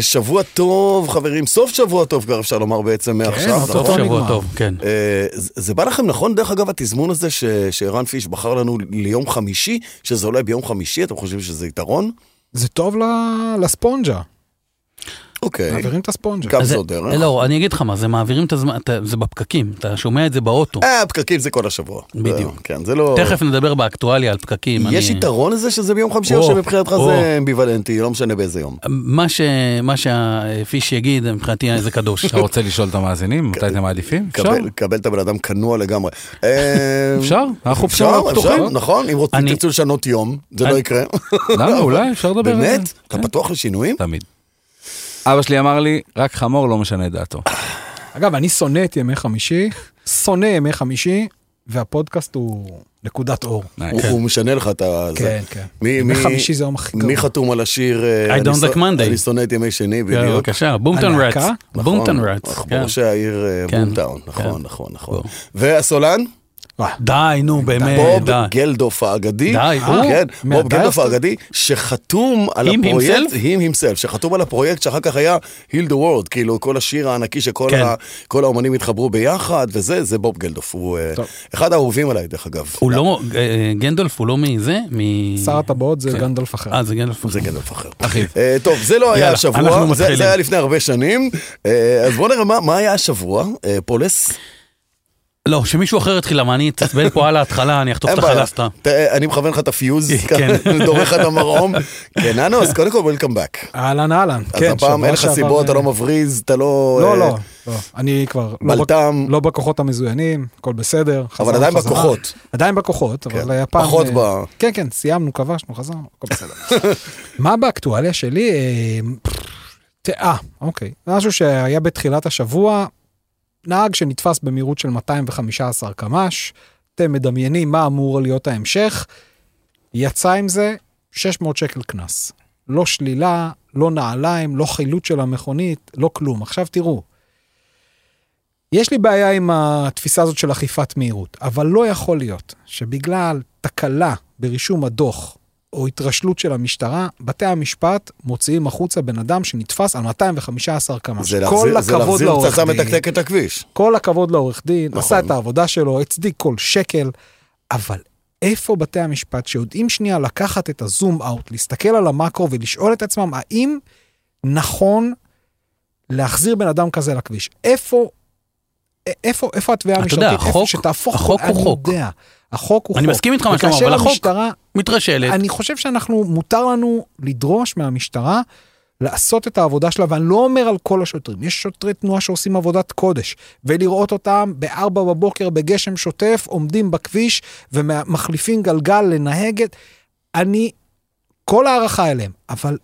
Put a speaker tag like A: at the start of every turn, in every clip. A: שבוע טוב, חברים, סוף שבוע טוב כבר אפשר לומר בעצם מעכשיו,
B: כן, סוף שבוע טוב, כן.
A: אה, זה בא לכם נכון, דרך אגב, התזמון הזה שערן פיש בחר לנו ליום חמישי, שזה עולה ביום חמישי, אתם חושבים שזה יתרון?
C: זה טוב לספונג'ה.
A: אוקיי.
C: מעבירים את הספונג'ה.
A: גם זו דרך.
B: לא, אני אגיד לך מה, זה מעבירים את הזמן, זה בפקקים, אתה שומע את זה באוטו.
A: אה, פקקים זה כל השבוע.
B: בדיוק.
A: כן, זה לא...
B: תכף נדבר באקטואליה על פקקים.
A: יש יתרון לזה שזה ביום חמישי, או שמבחינתך זה אמביוולנטי, לא משנה באיזה יום.
B: מה שהפיש יגיד, מבחינתי זה קדוש.
D: אתה רוצה לשאול את המאזינים, מתי אתם מעדיפים?
A: אפשר? קבל את הבן אדם כנוע לגמרי. אה,
D: אפשר? אנחנו
A: פתוחים. נכון, אם תרצו לשנות יום, זה לא יקרה.
D: למה? אולי אפשר לדבר על זה.
A: באמת? אתה פתוח לשינויים?
D: תמיד. אבא שלי אמר לי, רק חמור לא משנה את דעתו.
C: אגב, אני שונא את ימי חמישי, שונא ימי חמישי, והפודקאסט הוא נקודת אור.
A: הוא משנה לך את ה...
C: כן, כן. ימי חמישי זה יום הכי גרוע.
A: מי חתום על השיר אה,
B: I don't like Monday?
A: אני שונא את ימי שני, בדיוק.
B: אה, בבקשה, כן. בומטון רץ.
A: נכון,
B: בומטון רץ.
A: ראשי העיר בומטאון, נכון, נכון, נכון. והסולן? אה.
B: די, נו, באמת,
A: בוב
B: אה, די.
A: גלדוף האגדי,
B: די,
A: הוא,
B: אה?
A: כן, בוב
C: מהדייסטר?
A: גלדוף האגדי, שחתום על
B: Him
A: הפרויקט,
B: himself?
A: Him himself, שחתום על הפרויקט שאחר כך היה Heal the World, כאילו כל השיר הענקי שכל
B: כן.
A: ה- כל האומנים התחברו ביחד, וזה, זה בוב גלדוף, הוא אה,
C: טוב.
A: אחד האהובים עליי דרך אגב.
B: הוא לא, אה, גנדולף הוא לא מזה? מ...
C: שר הטבעות זה
B: כן.
C: גנדלף אחר.
B: אה, זה גנדולף.
A: זה גלדוף אחר.
D: אחיו.
A: אה, טוב, זה לא היה
B: יאללה, אנחנו
A: השבוע, זה-
B: מתחילים.
A: זה היה לפני הרבה שנים, אה, אז בוא נראה מה- מה היה השבוע, אה, פולס.
B: לא, שמישהו אחר יתחיל, למה אני אתעצבן פה על ההתחלה, אני אחטוף את
A: אין בעיה.
B: החלסטה.
A: ת- אה, אני מכוון לך את הפיוז,
B: כן.
A: דורך לך את המרום. כן, ננו, אז קודם כל, וולקאם באק.
C: אהלן אהלן,
A: אז הפעם
C: כן, שבוע
A: אין לך
C: שעבר,
A: סיבות, אתה
C: אה,
A: לא מבריז, אתה לא...
C: לא,
A: אה,
C: לא, לא, אני כבר לא בכ-
A: בלטם.
C: לא בכוחות המזוינים, הכל בסדר. חזרנו
A: עדיין
C: חזרה.
A: בכוחות.
C: עדיין בכוחות, אבל
A: כן,
C: הפעם...
A: פחות
C: לא. אה,
A: ב-
C: כן, כן, סיימנו, כבשנו, חזרנו, הכל בסדר. מה באקטואליה שלי? אה, תאה, אוקיי. משהו שהיה בתחילת השבוע, נהג שנתפס במהירות של 215 קמ"ש, אתם מדמיינים מה אמור להיות ההמשך, יצא עם זה 600 שקל קנס. לא שלילה, לא נעליים, לא חילוט של המכונית, לא כלום. עכשיו תראו, יש לי בעיה עם התפיסה הזאת של אכיפת מהירות, אבל לא יכול להיות שבגלל תקלה ברישום הדוח או התרשלות של המשטרה, בתי המשפט מוציאים החוצה בן אדם שנתפס על 215 קמ"ש.
A: זה
C: כל
A: להחזיר- זה
C: הכבוד
A: להחזיר
C: לעורך
A: פצצה
C: דין.
A: מתקתק את הכביש.
C: כל הכבוד לעורך דין,
A: נכון.
C: נכון. עשה את העבודה שלו, הצדיק כל שקל, אבל איפה בתי המשפט שיודעים שנייה לקחת את הזום אאוט, להסתכל על המקרו ולשאול את עצמם האם נכון להחזיר בן אדם כזה לכביש? איפה, א- איפה, איפה התביעה
B: אתה
C: המשטרתית?
B: יודע, החוק-
C: איפה שתהפוך,
B: החוק הוא
C: אני
B: חוק.
C: יודע, החוק הוא
B: אני
C: חוק.
B: מסכים איתך מה שאתה אומר,
C: וכאשר
B: אבל החוק-
C: המשטרה,
B: מתרשלת.
C: אני חושב שאנחנו, מותר לנו לדרוש מהמשטרה לעשות את העבודה שלה, ואני לא אומר על כל השוטרים, יש שוטרי תנועה שעושים עבודת קודש, ולראות אותם בארבע בבוקר בגשם שוטף, עומדים בכביש ומחליפים גלגל לנהגת. אני, כל הערכה אליהם, אבל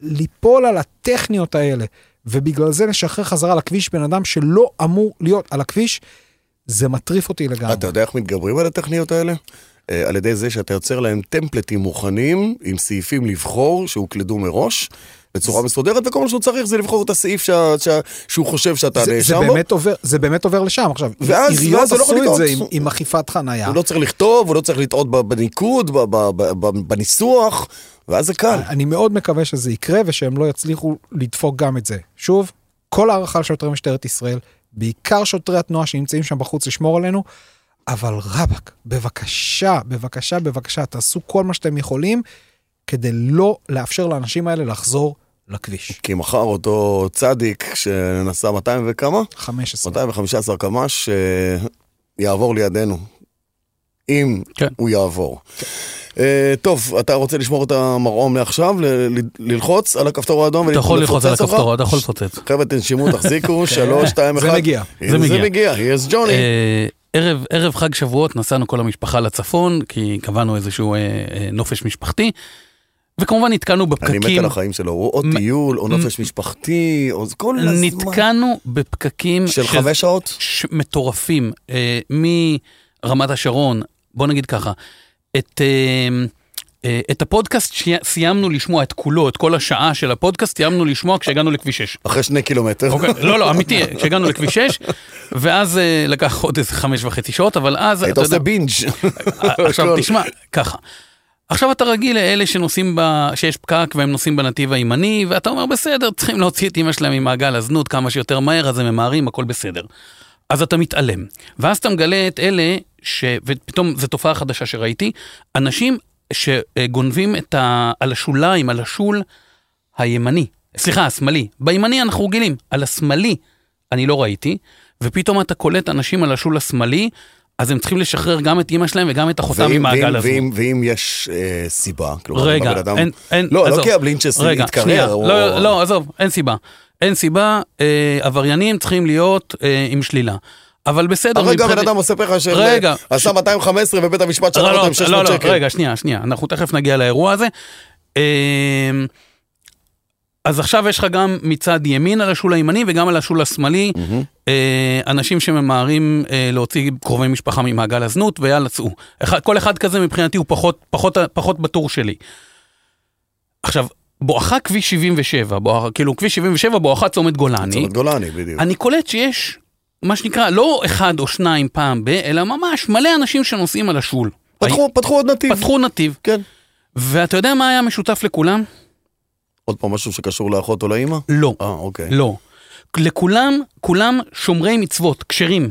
C: ליפול על הטכניות האלה, ובגלל זה לשחרר חזרה לכביש בן אדם שלא אמור להיות על הכביש, זה מטריף אותי לגמרי.
A: אתה יודע איך מתגברים על הטכניות האלה? אה, על ידי זה שאתה יוצר להם טמפלטים מוכנים, עם סעיפים לבחור שהוקלדו מראש, בצורה מסודרת, וכל מה שהוא צריך זה לבחור את הסעיף שה- שה- שהוא חושב שאתה
C: זה, זה,
A: נאשם בו.
C: באמת עובר, זה באמת עובר לשם עכשיו.
A: ואז-
C: עיריות
A: ואז זה לא יכול
C: עשו את זה עם,
A: לטעות.
C: עם אכיפת חנייה.
A: הוא לא צריך לכתוב, הוא לא צריך לטעות ב- בניקוד, ב- ב- ב- ב- בניסוח, ואז זה קל.
C: אני מאוד מקווה שזה יקרה ושהם לא יצליחו לדפוק גם את זה. שוב, כל הערכה לשוטרי משטרת ישראל, בעיקר שוטרי התנועה שנמצאים שם בחוץ לשמור עלינו, אבל רבאק, בבקשה, בבקשה, בבקשה, תעשו כל מה שאתם יכולים כדי לא לאפשר לאנשים האלה לחזור לכביש.
A: כי מחר אותו צדיק שנסע 200 וכמה?
C: 15.
A: 215 קמ"ש אה, יעבור לידינו. אם
B: כן.
A: הוא יעבור. אה, טוב, אתה רוצה לשמור את המרעום לעכשיו? ל- ל- ללחוץ על הכפתור האדום
B: אתה יכול ללחוץ על
A: ולפוצץ אותך?
B: הכפתור, אתה יכול לפוצץ.
A: חבר'ה, תנשמו, תחזיקו, שלוש, שתיים, אחד.
C: זה מגיע.
A: הנה,
B: זה
A: זה
B: מגיע.
A: מגיע, here's ג'וני.
B: אה, ערב, ערב חג שבועות נסענו כל המשפחה לצפון, כי קבענו איזשהו אה, אה, נופש משפחתי, וכמובן נתקענו
A: אני
B: בפקקים.
A: מת על החיים שלו, הוא או
B: מ-
A: טיול, או נופש משפחתי, או זה כל הזמן.
B: נתקענו בפקקים
A: של חמש שעות?
B: ש... מטורפים, אה, מרמת השרון, בוא נגיד ככה, את, אה, אה, את הפודקאסט שי- סיימנו לשמוע, את כולו, את כל השעה של הפודקאסט סיימנו לשמוע כשהגענו לכביש 6.
A: אחרי שני קילומטר.
B: אוקיי, לא, לא, אמיתי, כשהגענו לכביש 6, ואז אה, לקח עוד איזה חמש וחצי שעות, אבל אז,
A: היית
B: אתה יודע,
A: עושה בינג'.
B: עכשיו
A: הכל.
B: תשמע, ככה. עכשיו אתה רגיל לאלה שנוסעים, ב... שיש פקק והם נוסעים בנתיב הימני, ואתה אומר, בסדר, צריכים להוציא את אמא שלהם ממעגל הזנות כמה שיותר מהר, אז הם ממהרים, הכל בסדר. אז אתה מתעלם. ואז אתה מגלה את אלה, ש... ופתאום זו תופעה חדשה שראיתי, אנשים שגונבים את ה... על השוליים, על השול הימני, סליחה, השמאלי. בימני אנחנו רגילים, על השמאלי אני לא ראיתי, ופתאום אתה קולט אנשים על השול השמאלי, אז הם צריכים לשחרר גם את אימא שלהם וגם את אחותם
A: ואם-
B: ממעגל
A: ואם-
B: הזנות.
A: ואם- ואם יש אה, סיבה, כלומר,
B: רגע,
A: הבן אדם-
B: אין, אין,
A: לא, לא
B: עזוב.
A: כי הבלינצ'ס
B: רגע, שנייה,
A: יתקרר, או-
B: לא, לא, עזוב, אין סיבה. אין סיבה, אה, עבריינים צריכים להיות אה, עם שלילה. אבל בסדר,
A: אבל גם
B: מבחינת-
A: בן אדם מספר לך
B: רגע.
A: שעשה 215 ובית המשפט שלח
B: לא,
A: לו
B: לא,
A: אותם 600 שקל.
B: לא, לא, רגע, שנייה, שנייה, אנחנו תכף נגיע לאירוע הזה. אמ, אז עכשיו יש לך גם מצד ימין על השול הימני וגם על השול השמאלי, אה, אנשים שממהרים אה, להוציא קרובי משפחה ממעגל הזנות, ויאללה, צאו. אחד- כל אחד כזה מבחינתי הוא פחות, פחות, פחות בטור שלי. עכשיו, בואכה כביש 77, בואכה, כאילו כביש 77 בואכה צומת גולני,
A: צומת גולני, בדיוק.
B: אני קולט שיש, מה שנקרא, לא אחד או שניים פעם ב, אלא ממש מלא אנשים שנוסעים על השול.
A: פתחו- פתחו עוד נתיב.
B: פתחו נתיב,
A: כן.
B: ואתה יודע מה היה משותף לכולם?
A: עוד פעם משהו שקשור לאחות או לאימא?
B: לא.
A: אה, אוקיי.
B: לא. לכולם, כולם שומרי מצוות, כשרים.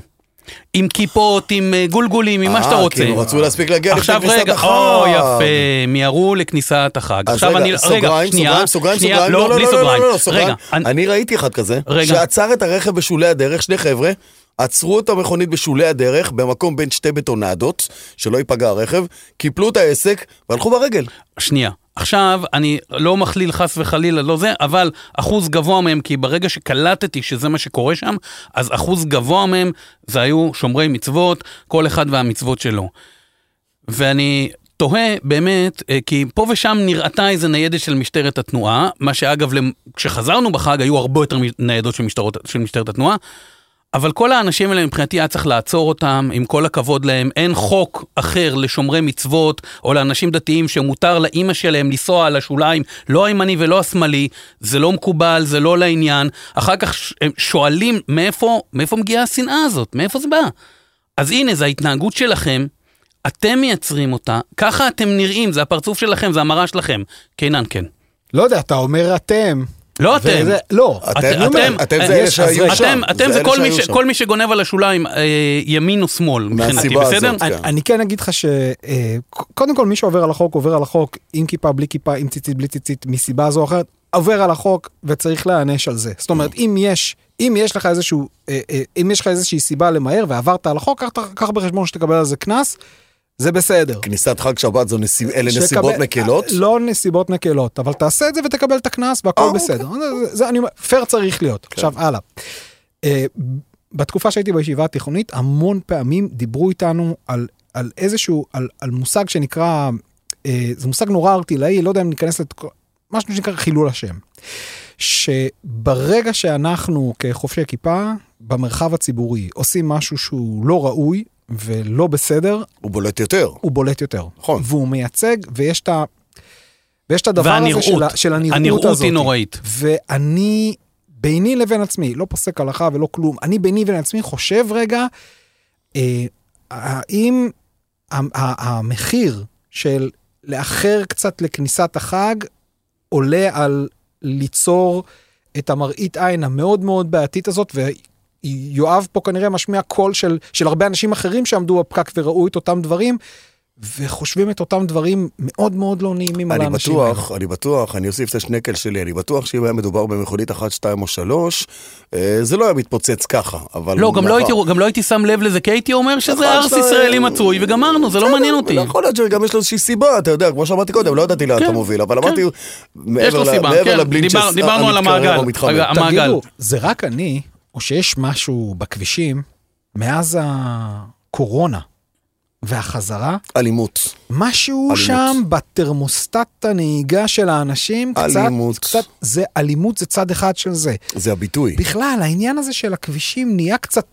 B: עם כיפות, עם אה, גולגולים, עם מה
A: אה,
B: שאתה רוצה.
A: כאילו רצו להספיק להגיע לפני
B: עכשיו
A: כניסת
B: רגע,
A: החג.
B: או יפה, מיהרו לכניסת החג.
A: אז
B: עכשיו
A: רגע,
B: אני,
A: סוגריים,
B: רגע, שנייה,
A: סוגריים, סוגריים,
B: שנייה,
A: סוגריים,
B: לא, בלי סוגריים. רגע, אני-
A: אני ראיתי אחד כזה,
B: רגע.
A: שעצר את הרכב בשולי הדרך, שני חבר'ה, עצרו את המכונית בשולי הדרך, במקום בין שתי בטונדות, שלא ייפגע הרכב, קיפלו את העסק והלכו ברגל.
B: שנייה. עכשיו, אני לא מכליל חס וחלילה, לא זה, אבל אחוז גבוה מהם, כי ברגע שקלטתי שזה מה שקורה שם, אז אחוז גבוה מהם זה היו שומרי מצוות, כל אחד והמצוות שלו. ואני תוהה באמת, אה, כי פה ושם נראתה איזה ניידת של משטרת התנועה, מה שאגב, למ- כשחזרנו בחג היו הרבה יותר מ- ניידות של, משטרות, של משטרת התנועה, אבל כל האנשים האלה מבחינתי היה צריך לעצור אותם, עם כל הכבוד להם, אין חוק אחר לשומרי מצוות או לאנשים דתיים שמותר לאימא שלהם לנסוע על השוליים, לא הימני ולא השמאלי, זה לא מקובל, זה לא לעניין. אחר כך ש- הם שואלים מאיפה, מאיפה מגיעה השנאה הזאת, מאיפה זה בא? אז הנה, זו ההתנהגות שלכם, אתם מייצרים אותה, ככה אתם נראים, זה הפרצוף שלכם, זה המראה שלכם. קינן, כן.
C: לא יודע, אתה אומר אתם.
B: לא אתם.
C: וזה- לא.
A: אתם-
C: אני אומר,
A: אתם- אתם זה אלה
C: יש- אז
A: שהיו
C: רגע,
A: שם.
B: אתם, אתם
A: זה
B: זה
A: אלה
B: כל מי,
A: שהיו
B: ש...
A: שם.
B: כל מי שגונב על השוליים, אה, ימין או שמאל, מבחינתי,
A: מהסיבה
B: בסדר?
A: הזאת,
C: אני-
A: כן.
C: אני כן אגיד לך שקודם כל מי שעובר על החוק עובר על החוק עם כיפה בלי כיפה עם ציצית בלי ציצית מסיבה זו או אחרת עובר על החוק וצריך להיענש על זה זאת אומרת אם יש אם יש לך איזשהו אה, אה, אם יש לך איזושהי סיבה למהר ועברת על החוק קח- קח בחשבון שתקבל על זה קנס זה בסדר.
A: כניסת חג שבת זו נסיב- אלה
C: שתקבל-
A: נסיבות
B: אה,
A: מקלות?
C: לא נסיבות מקלות, אבל תעשה את זה ותקבל את הקנס
A: אה,
C: והכל
A: אוקיי. כן.
C: בסדר. זה- זה אני אומר, פייר צריך להיות. עכשיו הלאה. אה, בתקופה שהייתי בישיבה התיכונית, המון פעמים דיברו איתנו על, על איזשהו, על, על מושג שנקרא, אה, זה מושג נורא ערטילאי, לא יודע אם ניכנס לת... משהו שנקרא חילול השם. שברגע שאנחנו כחובשי כיפה, במרחב הציבורי, עושים משהו שהוא לא ראוי ולא בסדר,
A: הוא בולט יותר.
C: הוא בולט יותר.
A: נכון.
C: והוא מייצג, ויש את ה... ויש את הדבר הזה
B: והנראות.
C: של, ה- של הנראות,
B: הנראות
C: הזאת.
B: היא נוראית.
C: ואני, ביני לבין עצמי, לא פוסק הלכה ולא כלום, אני ביני לבין עצמי חושב רגע, אה, האם ה- ה- המחיר של לאחר קצת לכניסת החג עולה על ליצור את המראית עין המאוד מאוד בעייתית הזאת, ויואב פה כנראה משמיע קול של, של הרבה אנשים אחרים שעמדו בפקק וראו את אותם דברים, וחושבים את אותם דברים מאוד מאוד לא נעימים על
A: אני
C: האנשים
A: בטוח, אני בטוח, אני אוסיף את השנקל שלי, אני בטוח שאם היה מדובר במכונית אחת, שתיים או שלוש, אה, זה לא היה מתפוצץ ככה, אבל...
B: לא, גם לא,
A: מאחר-
B: הייתי, גם לא הייתי שם לב לזה, כי הייתי אומר שזה
A: אחד,
B: ארס
A: שתיים.
B: ישראלי מצוי, וגמרנו, זה לא מעניין אותי.
A: אבל נכון, יכול להיות שגם יש לו איזושהי סיבה, אתה יודע, כמו שאמרתי קודם, לא ידעתי לאן
B: כן,
A: אתה מוביל, אבל
B: כן.
A: אמרתי,
B: יש לו
A: מעבר ל-
B: סיבה,
A: מעבר
B: כן.
A: לבלינצ'ס
B: דיבר- דיברנו על
A: המתקרר
B: המעגל.
A: או מתחמם.
B: רגע, המעגל.
C: תגידו, זה רק אני, או שיש משהו בכבישים מאז הקורונה והחזרה,
A: אלימות.
C: משהו
A: אלימות.
C: אלימות. שם בתרמוסטט הנהיגה של האנשים, קצת,
A: אלימות.
C: קצת, זה אלימות זה צד אחד של זה.
A: זה הביטוי.
C: בכלל, העניין הזה של הכבישים נהיה קצת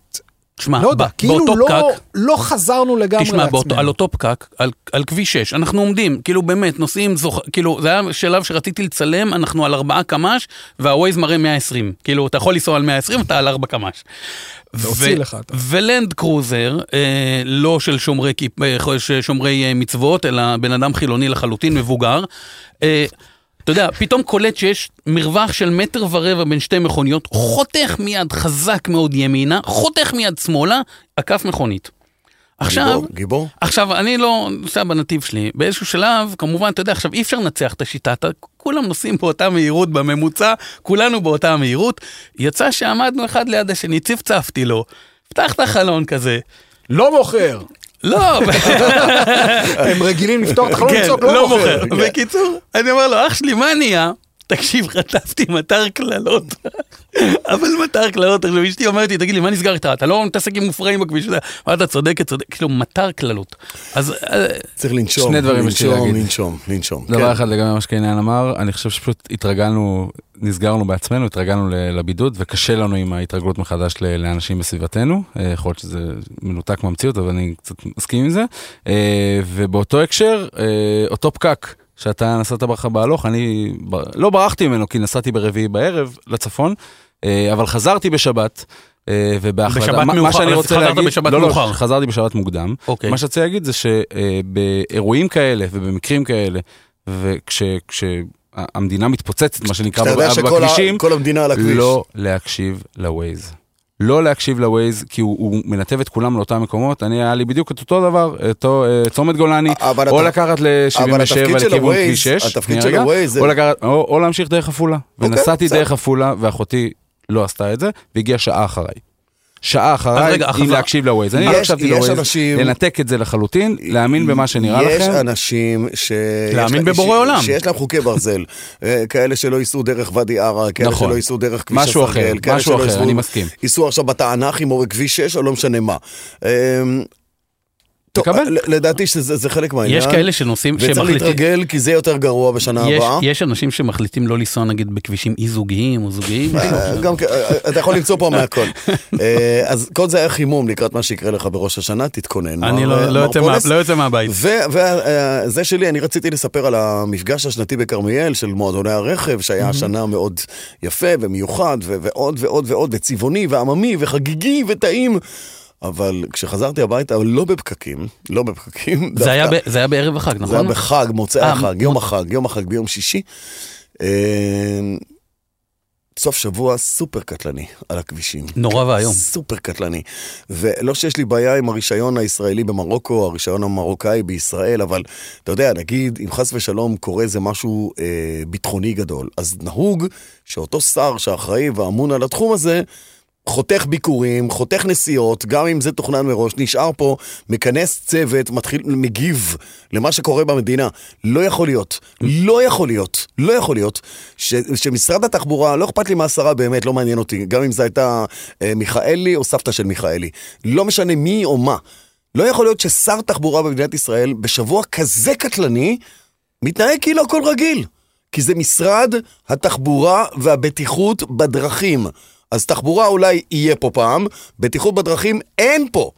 B: שמע,
C: לא יודע,
B: ב-
C: כאילו
B: אה, באותו
C: לא,
B: פקק,
C: לא חזרנו לגמרי
B: תשמע,
C: לעצמנו.
B: באותו, על אותו פקק, על, על כביש 6, אנחנו עומדים, כאילו באמת, נוסעים, זוכ... כאילו, זה היה שלב שרציתי לצלם, אנחנו על 4 קמ"ש, והווייז מראה 120. כאילו, אתה יכול לנסוע על 120, אתה על 4 קמ"ש.
C: והוציא לך אתה.
B: ולנד קרוזר, אה, לא של שומרי, כיפ- אה, ש- שומרי אה, מצוות, אלא בן אדם חילוני לחלוטין, מבוגר. אה, אתה יודע, פתאום קולט שיש מרווח של מטר ורבע בין שתי מכוניות, חותך מיד חזק מאוד ימינה, חותך מיד שמאלה, עקף מכונית. עכשיו,
A: גיבור, גיבור?
B: עכשיו, אני לא נוסע בנתיב שלי. באיזשהו שלב, כמובן, אתה יודע, עכשיו אי אפשר לנצח את השיטה, אתה, כולם נוסעים באותה מהירות בממוצע, כולנו באותה המהירות. יצא שעמדנו אחד ליד השני, צפצפתי לו, פתח את החלון כזה.
C: לא מוכר.
B: לא,
C: הם רגילים לפתור את החלום
B: כן,
C: לצעוק,
B: לא מוכר. בקיצור, אני אומר לו, אח שלי, מה נהיה? תקשיב, חטפתי מטר קללות. אבל מטר קללות, עכשיו אשתי אומרת לי, תגיד לי, מה נסגר איתך? אתה לא מתעסק עם מופרעים בכביש הזה. אבל אתה צודקת, צודק, כאילו, מטר קללות. אז אה,
A: צריך לנשום.
D: שני דברים יש לי
A: לנשום,
D: להגיד.
A: לנשום, לנשום.
D: דבר
A: כן.
D: אחד לגבי מה שקניין אמר, אני חושב שפשוט התרגלנו, נסגרנו בעצמנו, התרגלנו ל- לבידוד, וקשה לנו עם ההתרגלות מחדש ל- לאנשים בסביבתנו. אה, יכול להיות שזה מנותק מהמציאות, אבל אני קצת מסכים עם זה. אה, ובאותו הקשר, אה, אותו פקק. שאתה נסעת ברח בהלוך, אני ב... לא ברחתי ממנו כי נסעתי ברביעי בערב לצפון, אה, אבל חזרתי בשבת, אה, ובהחלטה,
B: בשבת
D: מה, מה
B: מאוחר,
D: שאני
B: אז
D: רוצה
B: חזרת
D: להגיד,
B: בשבת
D: לא,
B: מאוחר.
D: לא, חזרתי בשבת מוקדם,
B: אוקיי.
D: מה שרציתי להגיד זה שבאירועים כאלה ובמקרים כאלה, וכשהמדינה מתפוצצת, מה שנקרא,
A: כשאתה יודע
D: ב-
A: שכל
D: בכבישים,
A: ה- כל המדינה על הכביש.
D: לא להקשיב לווייז. לא להקשיב לווייז, כי הוא, הוא מנתב את כולם לאותם מקומות. אני, היה לי בדיוק את אותו דבר, אותו אה, צומת גולני,
A: אבל
D: או
A: אתה-
D: לקחת
A: אבל
D: ל-77
A: התפקיד של
D: לכיוון
A: ה-Waze-
D: כביש 6,
A: התפקיד
D: שנייה
A: של
D: רגע,
A: ה-Waze זה-
D: או, לקחת, או, או להמשיך דרך עפולה.
A: אוקיי,
D: ונסעתי
A: בסדר.
D: דרך עפולה, ואחותי לא עשתה את זה, והגיעה שעה אחריי. שעה אחריי,
B: רגע,
D: אם
B: החזרה-
D: להקשיב לווייז. אני לא
A: יש-
D: הקשבתי
A: יש
D: לווייז,
A: אנשים-
D: לנתק את זה לחלוטין, להאמין במה שנראה
A: יש
D: לכם.
A: אנשים ש...
B: להאמין
A: יש לה-
B: בבורא
A: ש-
B: עולם.
A: שיש להם חוקי ברזל. אה, כאלה שלא ייסעו דרך ואדי ערה, כאלה
D: נכון.
A: שלא ייסעו דרך כביש
D: משהו
A: הסרגל,
D: אחר,
A: כאלה
D: משהו
A: שלא
D: אחר,
A: ייסעו-
D: אני מסכים.
A: ייסעו עכשיו בתענכים או בכביש 6 או לא משנה מה. אה, טוב, אה,
D: תקבל.
A: ל- לדעתי שזה זה חלק מהעניין.
B: יש כאלה שנוסעים,
A: וצריך
B: שמחליטים...
A: להתרגל כי זה יותר גרוע בשנה
B: יש,
A: הבאה.
B: יש אנשים שמחליטים לא לנסוע נגיד בכבישים אי זוגיים או זוגיים.
A: אה, גם כ- אה, אתה יכול למצוא פה מהכל. אה, אז כל זה היה חימום לקראת מה שיקרה לך בראש השנה, תתכונן.
B: אני
A: מר- אה,
B: לא- לא
A: מר
B: יוצא מה-
A: פולס.
B: לא יוצא מהבית.
A: וזה שלי, אני רציתי לספר על המפגש השנתי בכרמיאל של מועדוני הרכב, שהיה השנה מאוד יפה ומיוחד, ו- ועוד ועוד ועוד, וצבעוני ועממי וחגיגי וטעים. אבל כשחזרתי הביתה, אבל לא בפקקים, לא בפקקים.
B: זה, היה
A: דווקא.
B: ב- זה היה בערב החג, נכון?
A: זה היה בחג, מוצאי
B: אה,
A: החג, יום
B: מ-
A: החג, יום החג ביום שישי. אה, סוף שבוע סופר קטלני על הכבישים.
B: נורא ואיום.
A: סופר קטלני. ולא שיש לי בעיה עם הרישיון הישראלי במרוקו, הרישיון המרוקאי בישראל, אבל אתה יודע, נגיד, אם חס ושלום קורה איזה משהו אה, ביטחוני גדול, אז נהוג שאותו שר שאחראי ואמון על התחום הזה, חותך ביקורים, חותך נסיעות, גם אם זה תוכנן מראש, נשאר פה, מכנס צוות, מתחיל, מגיב למה שקורה במדינה. לא יכול להיות, לא יכול להיות, לא יכול להיות, ש, שמשרד התחבורה, לא אכפת לי מהשרה באמת, לא מעניין אותי, גם אם זו הייתה אה, מיכאלי או סבתא של מיכאלי. לא משנה מי או מה. לא יכול להיות ששר תחבורה במדינת ישראל, בשבוע כזה קטלני, מתנהג כאילו הכל רגיל. כי זה משרד התחבורה והבטיחות בדרכים. אז תחבורה אולי יהיה פה פעם, בטיחות בדרכים אין פה.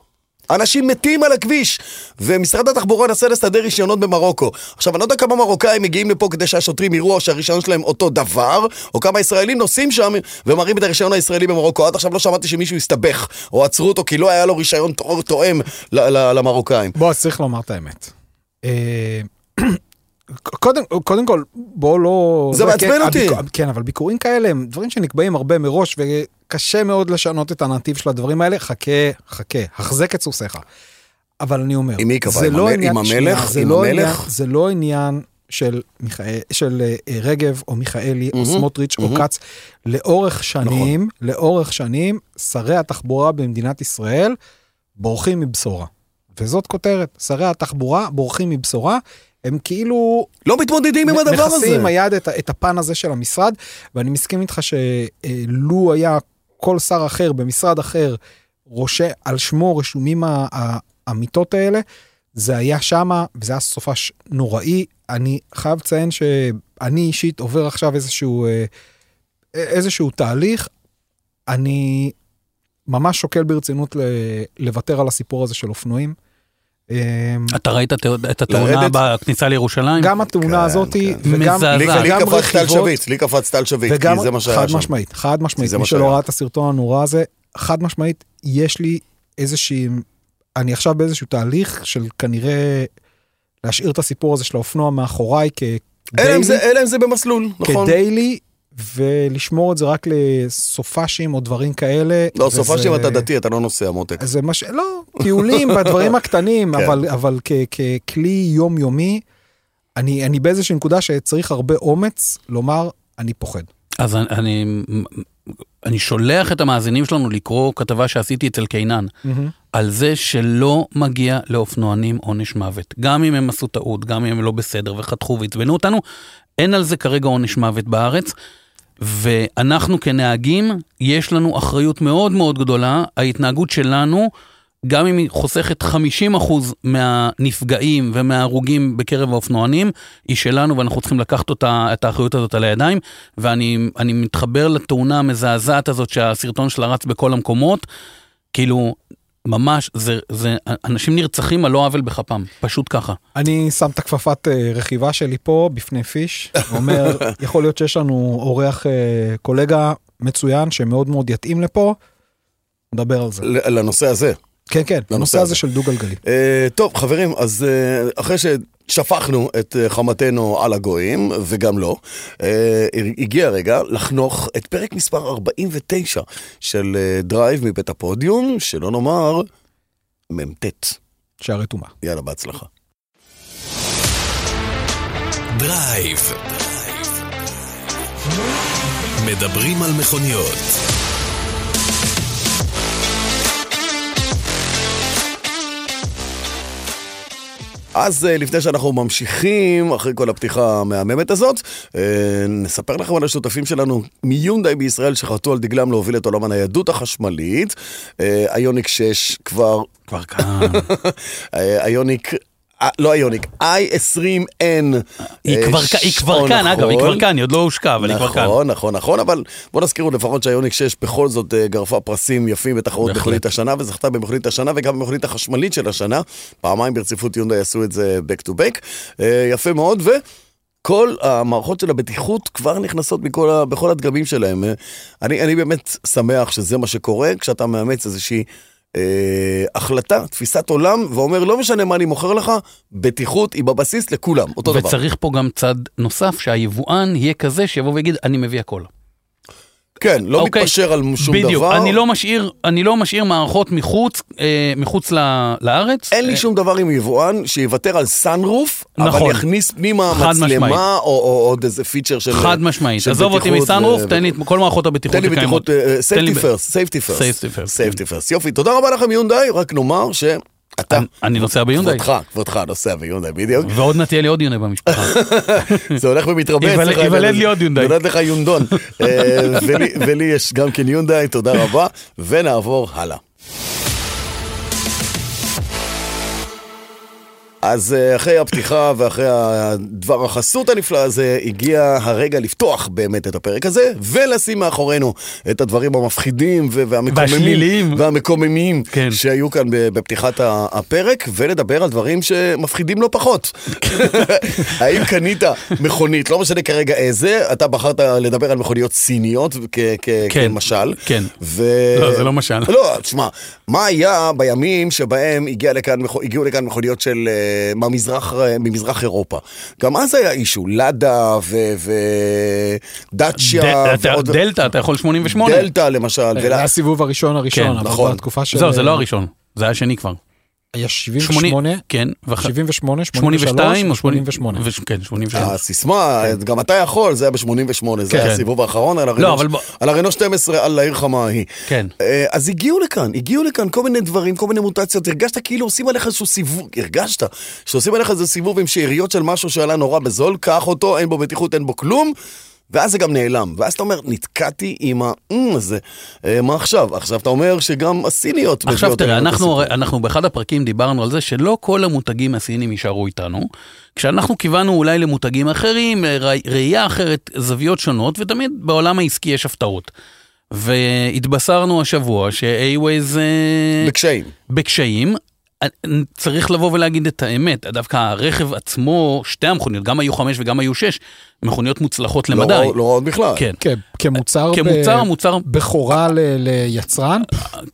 A: אנשים מתים על הכביש, ומשרד התחבורה נסה לסדר רישיונות במרוקו. עכשיו, אני לא יודע כמה מרוקאים מגיעים לפה כדי שהשוטרים יראו שהרישיון שלהם אותו דבר, או כמה ישראלים נוסעים שם ומראים את הרישיון הישראלי במרוקו. עד עכשיו לא שמעתי שמישהו הסתבך, או עצרו אותו כי לא היה לו רישיון תואר- תואם ל- ל- למרוקאים.
C: בוא, אז צריך לומר את האמת. אה, קודם, קודם כל, בוא לא...
A: זה
C: לא,
A: מעצבן
C: כן,
A: אותי.
C: הביקור- כן, אבל ביקורים כאלה הם דברים שנקבעים הרבה מראש, וקשה מאוד לשנות את הנתיב של הדברים האלה. חכה, חכה, החזק את סוסיך. אבל אני אומר,
A: עם מי קבע?
C: זה
A: עם
C: לא
A: המ-
C: עניין...
A: עם
C: שנייה,
A: המלך?
C: זה
A: עם
C: לא
A: המלך?
C: עניין- זה לא עניין של מיכאל- של אה, רגב, או מיכאלי, או סמוטריץ', או כץ. לאורך שנים,
A: נכון.
C: לאורך שנים, שרי התחבורה במדינת ישראל בורחים מבשורה. וזאת כותרת, שרי התחבורה בורחים מבשורה, הם כאילו
A: לא מתמודדים עם הדבר הזה.
C: מכסים עם היד את, ה- את הפן הזה של המשרד, ואני מסכים איתך שלו היה כל שר אחר במשרד אחר, ראשי, על שמו רשומים ה- ה- המיטות האלה, זה היה שמה, וזה היה סופש נוראי. אני חייב לציין שאני אישית עובר עכשיו איזשהו, אה, איזשהו תהליך. אני ממש שוקל ברצינות ל- לוותר על הסיפור הזה של אופנועים. אה,
B: אתה ראית את- את התאונה
A: כן. לרדת?
B: בכניסה לירושלים?
C: גם התאונה הזאת, וגם
B: מזעזע.
A: לי לי
B: גם
A: קפץ טל
C: רכיבות.
A: שביט, לי קפץ טל שביט, כי
C: וגם
A: זה מה שהיה
C: חד
A: שם.
C: משמעית, חד משמעית,
A: זה
C: מי
A: מה שהיה.
C: שלא ראה את הסרטון הנורא הזה, חד משמעית, יש לי איזושהי, אני עכשיו באיזשהו תהליך של כנראה להשאיר את הסיפור הזה של האופנוע מאחוריי כ...
A: אלא אם
C: דיילי,
A: זה- אלא אם זה במסלול, נכון?
C: כדיילי, ולשמור את זה רק לסופאשים או דברים כאלה.
A: לא,
C: וזה-
A: סופה שאם אתה דתי אתה לא נוסע מותק.
C: אז זה מה ש... לא, טיולים בדברים הקטנים,
A: כן.
C: אבל, אבל כ, ככלי יומיומי, אני, אני באיזושהי נקודה שצריך הרבה אומץ לומר, אני פוחד.
B: אז אני- אני... אני שולח את המאזינים שלנו לקרוא כתבה שעשיתי אצל קינן, על זה שלא מגיע לאופנוענים עונש מוות. גם אם הם עשו טעות, גם אם הם לא בסדר וחתכו ועצבנו אותנו, אין על זה כרגע עונש מוות בארץ. ואנחנו כנהגים, יש לנו אחריות מאוד מאוד גדולה. ההתנהגות שלנו, גם אם היא חוסכת 50% מהנפגעים ומההרוגים בקרב האופנוענים, היא שלנו ואנחנו צריכים לקחת אותה, את האחריות הזאת על הידיים. ואני אני מתחבר לתאונה המזעזעת הזאת שהסרטון שלה רץ בכל המקומות. כאילו, ממש, זה, זה, אנשים נרצחים על לא עוול בכפם, פשוט ככה.
C: אני שם את הכפפת אה, רכיבה שלי פה בפני פיש, אומר, יכול להיות שיש לנו אורח, אה, קולגה מצוין שמאוד מאוד יתאים לפה, נדבר על זה.
A: ל- לנושא הזה.
C: כן, כן, הנושא הזה
A: הזה.
C: של דו-גלגלי.
A: אה, טוב, חברים, אז אה, אחרי ששפכנו את אה, חמתנו על הגויים, וגם לא, אה, הגיע הרגע לחנוך את פרק מספר 49 של אה, דרייב מבית הפודיום, שלא נאמר מ"ט.
C: שערי טומאה.
A: יאללה, בהצלחה.
E: דרייב. מדברים על מכוניות.
A: אז אה, לפני שאנחנו ממשיכים, אחרי כל הפתיחה המהממת הזאת, אה, נספר לכם על השותפים שלנו מיונדאי בישראל שחרטו על דגלם להוביל את עולם הניידות החשמלית. אה, איוניק 6 כבר...
B: כבר כאן.
A: אה, איוניק... אה, לא איוניק, i20n.
B: היא
A: אה,
B: כבר, כ- היא כבר
A: שעון
B: כאן, אגב, היא
A: חול.
B: כבר כאן, היא עוד לא הושקעה, אבל היא כבר כאן.
A: נכון, נכון, נכון, אבל בוא נזכירו לפחות שהיוניק 6 בכל זאת אה, גרפה פרסים יפים בתחרות
B: בהחלט.
A: מכונית השנה, וזכתה במכונית השנה וגם במכונית החשמלית של השנה. פעמיים ברציפות יונדאי עשו את זה back to back. אה, יפה מאוד, ו... כל המערכות של הבטיחות כבר נכנסות בכל, ה- בכל הדגמים שלהם. אה, אני, אני באמת שמח שזה מה שקורה כשאתה מאמץ איזושהי אה, החלטה, תפיסת עולם, ואומר, לא משנה מה אני מוכר לך, בטיחות היא בבסיס לכולם, אותו דבר.
B: וצריך פה גם צד נוסף, שהיבואן יהיה כזה שיבוא ויגיד, אני מביא הכל.
A: כן, לא
B: אוקיי,
A: מתפשר על שום דבר.
B: בדיוק, אני לא משאיר- אני לא משאיר מערכות מחוץ, אה, מחוץ ל- לארץ.
A: אין לי
B: אה,
A: שום דבר עם יבואן שיוותר על סאנרוף,
B: נכון.
A: אבל יכניס פנימה
B: חד משמעית.
A: מצלמה או או עוד איזה פיצ'ר של
B: חד משמעית.
A: של
B: עזוב אותי
A: בטיחות,
B: מסאנרוף,
A: אה,
B: תן לי את כל מערכות הבטיחות
A: תן לי
B: שקיימות.
A: בטיחות, אה, אה,
B: תן לי
A: safety
B: ב-
A: first, safety first.
B: Safety first, כן.
A: safety first. יופי, תודה רבה לכם יונדאי, רק נאמר שאתה,
B: אני- אני נוסע ביונדאי,
A: כבודך, כבודך נוסע ביונדאי, בדיוק.
B: ועוד מעט יהיה לי עוד יונה במשפחה.
A: זה הולך ומתרבה.
B: ייוולד-
A: אצלך,
B: ייוולד לי
A: זה-
B: עוד יונדאי.
A: נולד לך יונדון. אה, ולי- ולי יש גם כן יונדאי, תודה רבה, ונעבור הלאה. אז אה, אחרי הפתיחה ואחרי הדבר החסות הנפלא הזה, הגיע הרגע לפתוח באמת את הפרק הזה, ולשים מאחורינו את הדברים המפחידים ו- והמקוממים.
B: והשליליים.
A: והמקוממים
B: כן.
A: שהיו כאן ב- בפתיחת ה- הפרק, ולדבר על דברים שמפחידים לא פחות. האם קנית מכונית, לא משנה כרגע איזה, אתה בחרת לדבר על מכוניות סיניות כ- כ-
B: כן,
A: כמשל.
B: כן.
A: ו-
B: לא, זה לא משל.
A: לא, תשמע, מה היה בימים שבהם הגיע לכאן, מכו- הגיעו לכאן מכוניות של... אה, מהמזרח, אה, ממזרח אירופה. גם אז היה אישו, לאדה
B: ד-
A: ודאצ'יה.
B: אתה- דלתא, אה, אתה יכול 88.
A: דלתא למשל.
C: זה
A: ולה-
C: הסיבוב הראשון הראשון, אבל
A: נכון.
C: בתקופה של... אה,
B: זהו, זה לא הראשון, זה היה השני כבר.
C: היה
B: 88,
C: 78,
B: כן, ואחר-
C: 78,
B: 82 או
C: 83, 88.
B: וש- כן, 82.
A: הסיסמה, גם אתה יכול, זה היה ב-88, זה
B: כן.
A: היה הסיבוב האחרון על
B: לא,
A: הרנו-
B: אבל בוא-
A: על הרנו 12, על העיר חמה ההיא.
B: כן.
A: אה, אז הגיעו לכאן, הגיעו לכאן כל מיני דברים, כל מיני מוטציות, הרגשת כאילו עושים עליך איזשהו סיבוב, הרגשת שעושים עליך איזה סיבוב עם שאריות של משהו שעלה נורא בזול, קח אותו, אין בו בטיחות, אין בו כלום. ואז זה גם נעלם, ואז אתה אומר, נתקעתי עם האם הזה, אה, מה עכשיו? עכשיו אתה אומר שגם הסיניות...
B: עכשיו
A: מביאות
B: תראה,
A: אלינו את
B: אנחנו,
A: הסיפור.
B: הרי- אנחנו באחד הפרקים דיברנו על זה שלא כל המותגים הסינים יישארו איתנו, כשאנחנו כיוונו אולי למותגים אחרים, אה, ראי- ראייה אחרת, זוויות שונות, ותמיד בעולם העסקי יש הפתעות. והתבשרנו השבוע ש-Awaze אה,
A: בקשיים.
B: בקשיים. אה, צריך לבוא ולהגיד את האמת, דווקא הרכב עצמו, שתי המכוניות, גם היו חמש וגם היו שש, מכוניות מוצלחות
A: לא
B: למדי.
A: רע- לא רעות בכלל.
B: כן.
C: כ- כמוצר,
B: כמוצר, מוצר,
C: בכורה ל- ליצרן,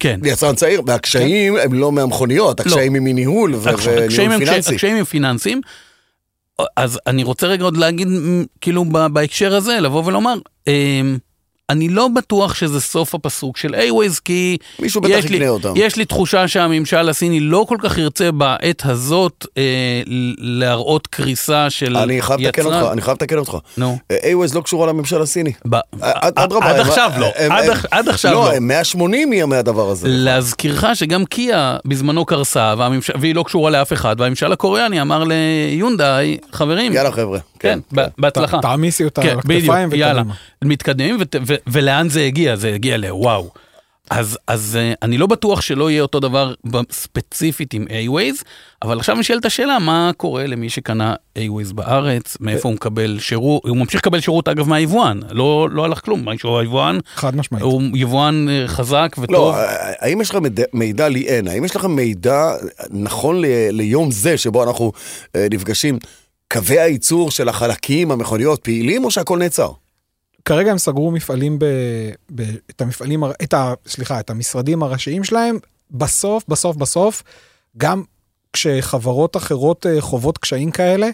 B: כן.
A: יצרן צעיר, והקשיים הם לא מהמכוניות, הקשיים הם מניהול ו-
B: הקש- כן. נכון, הקשיים
A: וניהול
B: הם
A: פיננסי.
B: הקשיים הם פיננסיים. אז אני רוצה רגע עוד להגיד, מ, כאילו ב- בהקשר הזה, לבוא ולומר, אמ, אני לא בטוח שזה סוף הפסוק של Aways, כי
A: מישהו בטח
B: יש לי-
A: יקנה אותם.
B: יש לי תחושה שהממשל הסיני לא כל כך ירצה בעת הזאת אה, ל- להראות קריסה של יצרן.
A: אני חייב לתקן אותך, אני חייב לתקן אותך.
B: נו.
A: AWS לא קשורה לממשל הסיני. אה,
B: ב- אה,
A: אדרבה,
B: עד
A: הם-
B: עכשיו לא,
A: הם-
B: עד
A: הם-
B: עכ- עד עכשיו
A: לא,
B: לא.
A: הם 180 יהיה מהדבר הזה.
B: להזכירך שגם קיה בזמנו קרסה, והממשל- והיא לא קשורה לאף אחד, והממשל הקוריאני אמר ליונדאי, חברים,
A: יאללה חבר'ה.
B: כן, ב- בהצלחה.
C: תעמיסי אותה
B: כן,
C: על
B: בדיוק,
C: הכתפיים
B: יאללה.
C: ותעלמה.
B: מתקדמים, ות- ו- ולאן זה הגיע? זה הגיע לוואו. אז, אז אה, אני לא בטוח שלא יהיה אותו דבר ב- ספציפית עם A-Waze, אבל עכשיו נשאלת השאלה, מה קורה למי שקנה A-Waze בארץ, מאיפה
C: אה.
B: הוא מקבל שירות, הוא ממשיך לקבל שירות אגב מהיבואן, לא, לא הלך כלום, מה שהוא היבואן,
C: חד משמעית.
B: הוא יבואן אה, חזק וטוב.
A: לא, האם יש לך מידע- מידע לי אין? האם יש לך מידע נכון ל- ליום זה שבו אנחנו אה, נפגשים, קווי הייצור של החלקים, המכוניות פעילים, או שהכל נעצר?
C: כרגע הם סגרו מפעלים, ב, ב, את המפעלים, הר- את ה, סליחה, את המשרדים הראשיים שלהם, בסוף, בסוף, בסוף, גם כשחברות אחרות אה, חוות קשיים כאלה,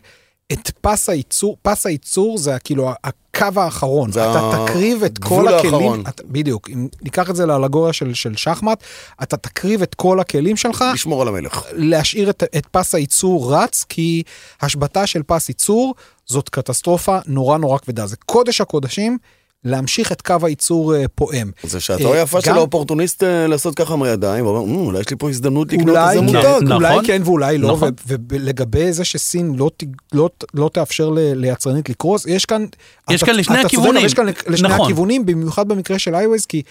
C: את פס הייצור, פס הייצור זה כאילו ה- הקו האחרון,
A: זה
C: אתה תקריב את
A: הגבול
C: כל הכלים,
A: האחרון.
C: אתה, בדיוק, אם ניקח את זה לאלגוריה של, של שחמט, אתה תקריב את כל הכלים שלך,
A: לשמור על המלך.
C: להשאיר את, את פס הייצור רץ, כי השבתה של פס ייצור זאת קטסטרופה נורא נורא כבדה. זה קודש הקודשים להמשיך את קו הייצור אה, פועם.
A: זה שעתו היפה
C: אה, גם-
A: של האופורטוניסט אה, לעשות ככה מהידיים, הוא אומר, "מ, אולי יש לי פה הזדמנות לקנות
C: אולי
A: איזה
C: כן,
A: מותג.
B: נכון.
C: אולי כן ואולי לא,
B: נכון.
C: ו- ולגבי זה שסין לא, ת, לא, ת- לא תאפשר ל, ליצרנית לקרוס, יש כאן...
B: יש
C: אתה-
B: כאן לשני
C: אתה צודק,
B: הכיוונים.
C: אבל יש כאן לק- לשני
B: נכון.
C: הכיוונים, במיוחד במקרה של אייווייז, כי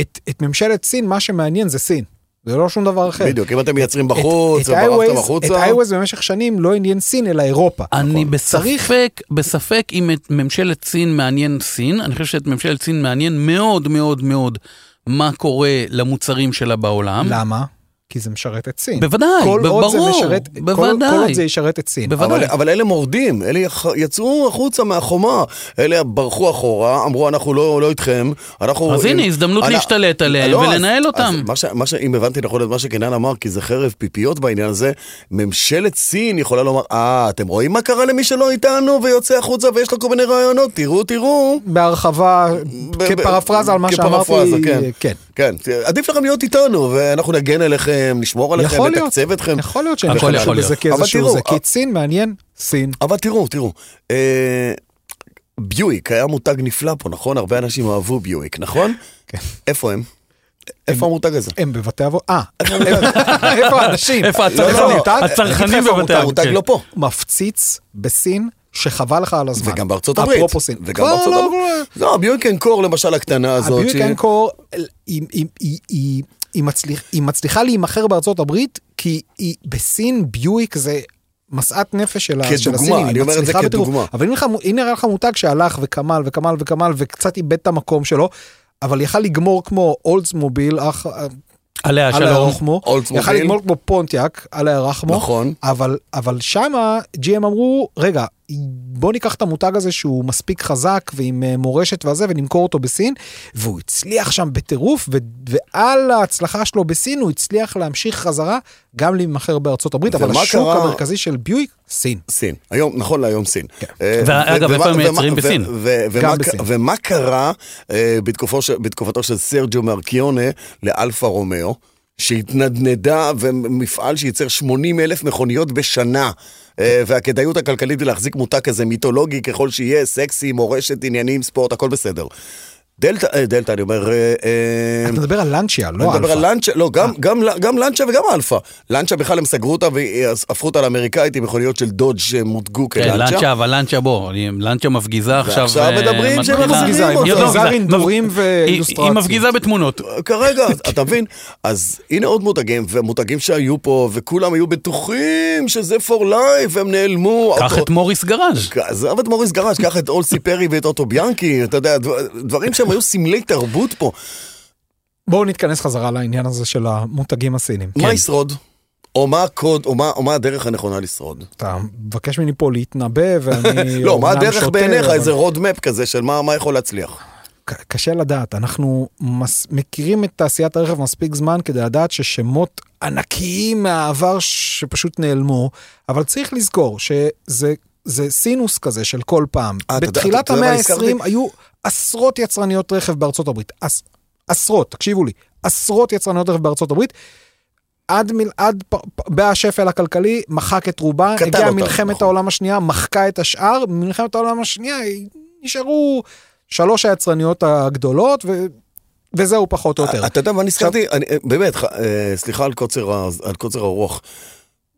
C: את, את ממשלת סין, מה שמעניין זה סין. זה לא שום דבר אחר.
A: בדיוק, אם אתם מייצרים
C: את-
A: בחוץ,
C: את
A: וברחתם
C: iWaze- את
A: החוצה,
C: iWaze במשך שנים לא עניין סין אלא אירופה.
A: נכון.
B: אני
C: צריך-
B: בספק, בספק אם את ממשלת סין מעניין סין, אני חושב שאת ממשלת סין מעניין מאוד מאוד מאוד מה קורה למוצרים שלה בעולם.
C: למה? כי זה משרת את סין.
B: בוודאי,
C: כל
B: ב-
C: עוד זה
B: ברור,
C: משרת- כל-
B: בוודאי.
C: כל עוד זה ישרת את סין.
B: בוודאי.
A: אבל, אבל אלה מורדים, אלה יח- יצאו החוצה מהחומה, אלה ברחו אחורה, אמרו אנחנו לא, לא איתכם, אנחנו... לא,
B: אז הנה, הזדמנות להשתלט עליהם ולנהל
A: אז,
B: אותם.
A: אז מה ש, מה ש, אם הבנתי נכון את מה שקנן אמר, כי זה חרב פיפיות בעניין הזה, ממשלת סין יכולה לומר, אה, אתם רואים מה קרה למי שלא איתנו ויוצא החוצה ויש לו כל מיני רעיונות, תראו, תראו.
C: בהרחבה,
A: ב-
C: כפרפרזה על מה שאמרתי,
A: כפרפרזה, כן.
C: כן.
A: כן, עדיף לכם להיות איתנו, ואנחנו נגן עליכם, נשמור עליכם,
C: יכול להיות,
A: נתקצב אתכם.
C: יכול להיות שהם
B: הכל
C: ישתמשו
B: יכול להיות.
C: בזה
A: אבל
C: כאיזשהו
A: תראו,
C: זה, כי
A: א-
C: את סין מעניין סין.
A: אבל תראו, תראו, אה, ביואיק היה מותג נפלא פה, נכון? הרבה אנשים אהבו ביואיק, נכון?
C: כן.
A: איפה הם? איפה המותג הזה?
C: הם בבתי אבות, אה, איפה- איפה האנשים?
B: איפה
A: לא, לא,
C: אה,
B: הצרכנים?
A: המותג-
B: הצרכנים
A: איפה
B: בבתי
A: המותג המותג
B: כן.
A: לא פה.
C: מפציץ בסין שחבל לך על הזמן.
A: וגם בארצות הברית.
C: אה, אפרופו סין.
A: וגם
C: לא,
A: בארצות
C: לא,
A: הברית. לא, ביואיק אנד קור למשל הקטנה הזאת.
C: הביויק
A: שהיא-
C: אנקור, היא- היא- היא- היא- היא מצליח- היא מצליחה להימכר בארצות הברית, כי היא בסין ביואיק זה משאת נפש של ה-
A: כדוגמה,
C: של הסינים,
A: אני
C: היא
A: אומר את זה
C: מצליחה בטירוף.
A: כדוגמה.
C: אבל הנה לך מו- הנה נראה לך מותג שהלך וקמל וקמל וקמל וקצת איבד את המקום שלו. אבל יכל לגמור כמו אולדסמוביל, אח-
B: עליה
C: על
B: שלום.
C: הרחמו,
A: אה, אולדסמוביל.
C: יכל לגמור כמו פונטיאק, על הרחמו,
A: נכון.
C: אבל, אבל שמה GM אמרו, רגע, בוא ניקח את המותג הזה שהוא מספיק חזק ועם אה, מורשת וזה ונמכור אותו בסין, והוא הצליח שם בטירוף, ו- ועל ההצלחה שלו בסין הוא הצליח להמשיך חזרה גם להימכר בארצות הברית, אבל
A: ומה
C: השוק
A: קרה-
C: המרכזי של ביואיק, סין.
A: סין. היום, נכון להיום סין. אה,
B: כן. ואגב,
A: ו-
B: איפה
A: ומה-
B: הם
A: ומה-
B: מייצרים?
A: ו-
B: בסין.
A: ו- ומה
C: גם
A: ק-
C: בסין.
A: ומה קרה אה, בתקופו של- בתקופתו של סרג'ו מרקיונה לאלפה רומאו, שהתנדנדה ומפעל שייצר 80 אלף מכוניות בשנה. אה, והכדאיות הכלכלית היא להחזיק מותג כזה מיתולוגי ככל שיהיה, סקסי, מורשת, עניינים, ספורט, הכל בסדר. דלתא, אה, דלתא, אני אומר, אה, אה,
C: אתה מדבר על לאנצ'יה, לא
A: אני מדבר על
C: אלפא.
A: לאנצ'ה, לא, גם, גם, גם לאנצ'ה וגם אלפא. לאנצ'ה בכלל הם סגרו אותה והפכו אותה לאמריקאית עם מכוניות של דודג' שמותגו
B: כן,
A: כלאנצ'ה.
B: לאנצ'ה, אבל לאנצ'ה בוא, אני- לאנצ'ה מפגיזה עכשיו.
A: ועכשיו
B: אה,
A: מדברים שהם
B: מתחילה-
A: מפגיזים
B: היא
A: אותה.
B: לא
A: מפגיזה,
B: מפגיזה,
C: אינדורים
B: היא-
C: ואילוסטרציות.
B: היא מפגיזה בתמונות.
A: אוקיי. אה, כרגע, אתה מבין? אז הנה עוד מותגים, ומותגים שהיו פה, וכולם היו בטוחים שזה for life, והם נעלמו.
B: קח
A: אותו- אוקיי.
B: את מוריס גראז'.
A: עזוב את מוריס גראז', קח את אולסי פרי ואת אוטו ביאנקי, אתה יודע, דבר- דברים ש... שהם היו סמלי תרבות פה.
C: בואו נתכנס חזרה לעניין הזה של המותגים הסינים.
B: כן.
C: כן,
A: מה ישרוד? או מה הקוד, או מה- או מה הדרך הנכונה לשרוד?
C: אתה מבקש ממני פה להתנבא ואני...
A: לא, מה
C: אומנם
A: הדרך
C: שוטר,
A: בעיניך?
C: אבל-
A: איזה road map כזה של מה מה יכול להצליח.
C: ק- קשה לדעת, אנחנו מס... מכירים את תעשיית הרכב מספיק זמן כדי לדעת ששמות ענקיים מהעבר שפשוט נעלמו, אבל צריך לזכור שזה זה סינוס כזה של כל פעם.
A: אה, אתה יודע-
C: בתחילת
A: אתה יודע
C: המאה
A: מה
C: ה-20
A: נזכרתי?
C: היו עשרות יצרניות רכב בארצות הברית. עש... עשרות, תקשיבו לי, עשרות יצרניות רכב בארצות הברית. עד, מיל, עד פ, פ, בהשפל הכלכלי, מחק את רובה,
A: קטן
C: הגיעה
A: אותם,
C: מלחמת
A: נכון.
C: העולם השנייה, מחקה את השאר, מלחמת העולם השנייה נשארו שלוש היצרניות הגדולות, ו... וזהו פחות או יותר.
A: אה, אתה יודע מה נזכרתי? אני- אה, באמת, ח- אה, סליחה על קוצר ה- על קוצר הרוח.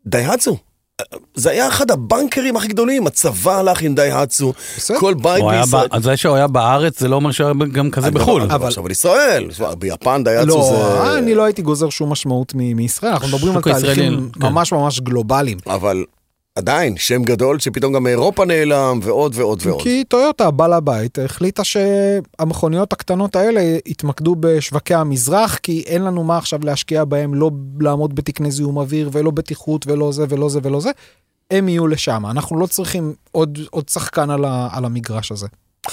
A: דייהצו. אה, זה היה אחד הבנקרים הכי גדולים, הצבא הלך עם דייהצו,
C: בסדר.
A: כל בית
B: הוא היה
A: בישראל.
B: ב- אז זה שהוא היה בארץ זה לא אומר שהיה גם כזה
A: אני מדבר-
B: בחו"ל.
A: אני מדבר
C: אבל-
A: עכשיו על ישראל, שמע, ביפן דייהצו
C: לא,
A: זה...
C: אני לא הייתי גוזר שום משמעות מ- מישראל, אנחנו מדברים על
B: שוק
C: תהליכים
B: הישראלי, כן.
C: ממש ממש גלובליים.
B: אה-
A: אבל עדיין, שם גדול שפתאום גם מאירופה נעלם, ועוד ועוד ועוד.
C: כי טויוטה, בעל הבית, החליטה שהמכוניות הקטנות האלה יתמקדו בשווקי המזרח, כי אין לנו מה עכשיו להשקיע בהם, לא לעמוד בתקני זיהום אוויר, ולא בטיחות, ולא זה, ולא זה, ולא זה. הם יהיו לשם, אנחנו לא צריכים עוד, עוד שחקן על, ה, על המגרש הזה.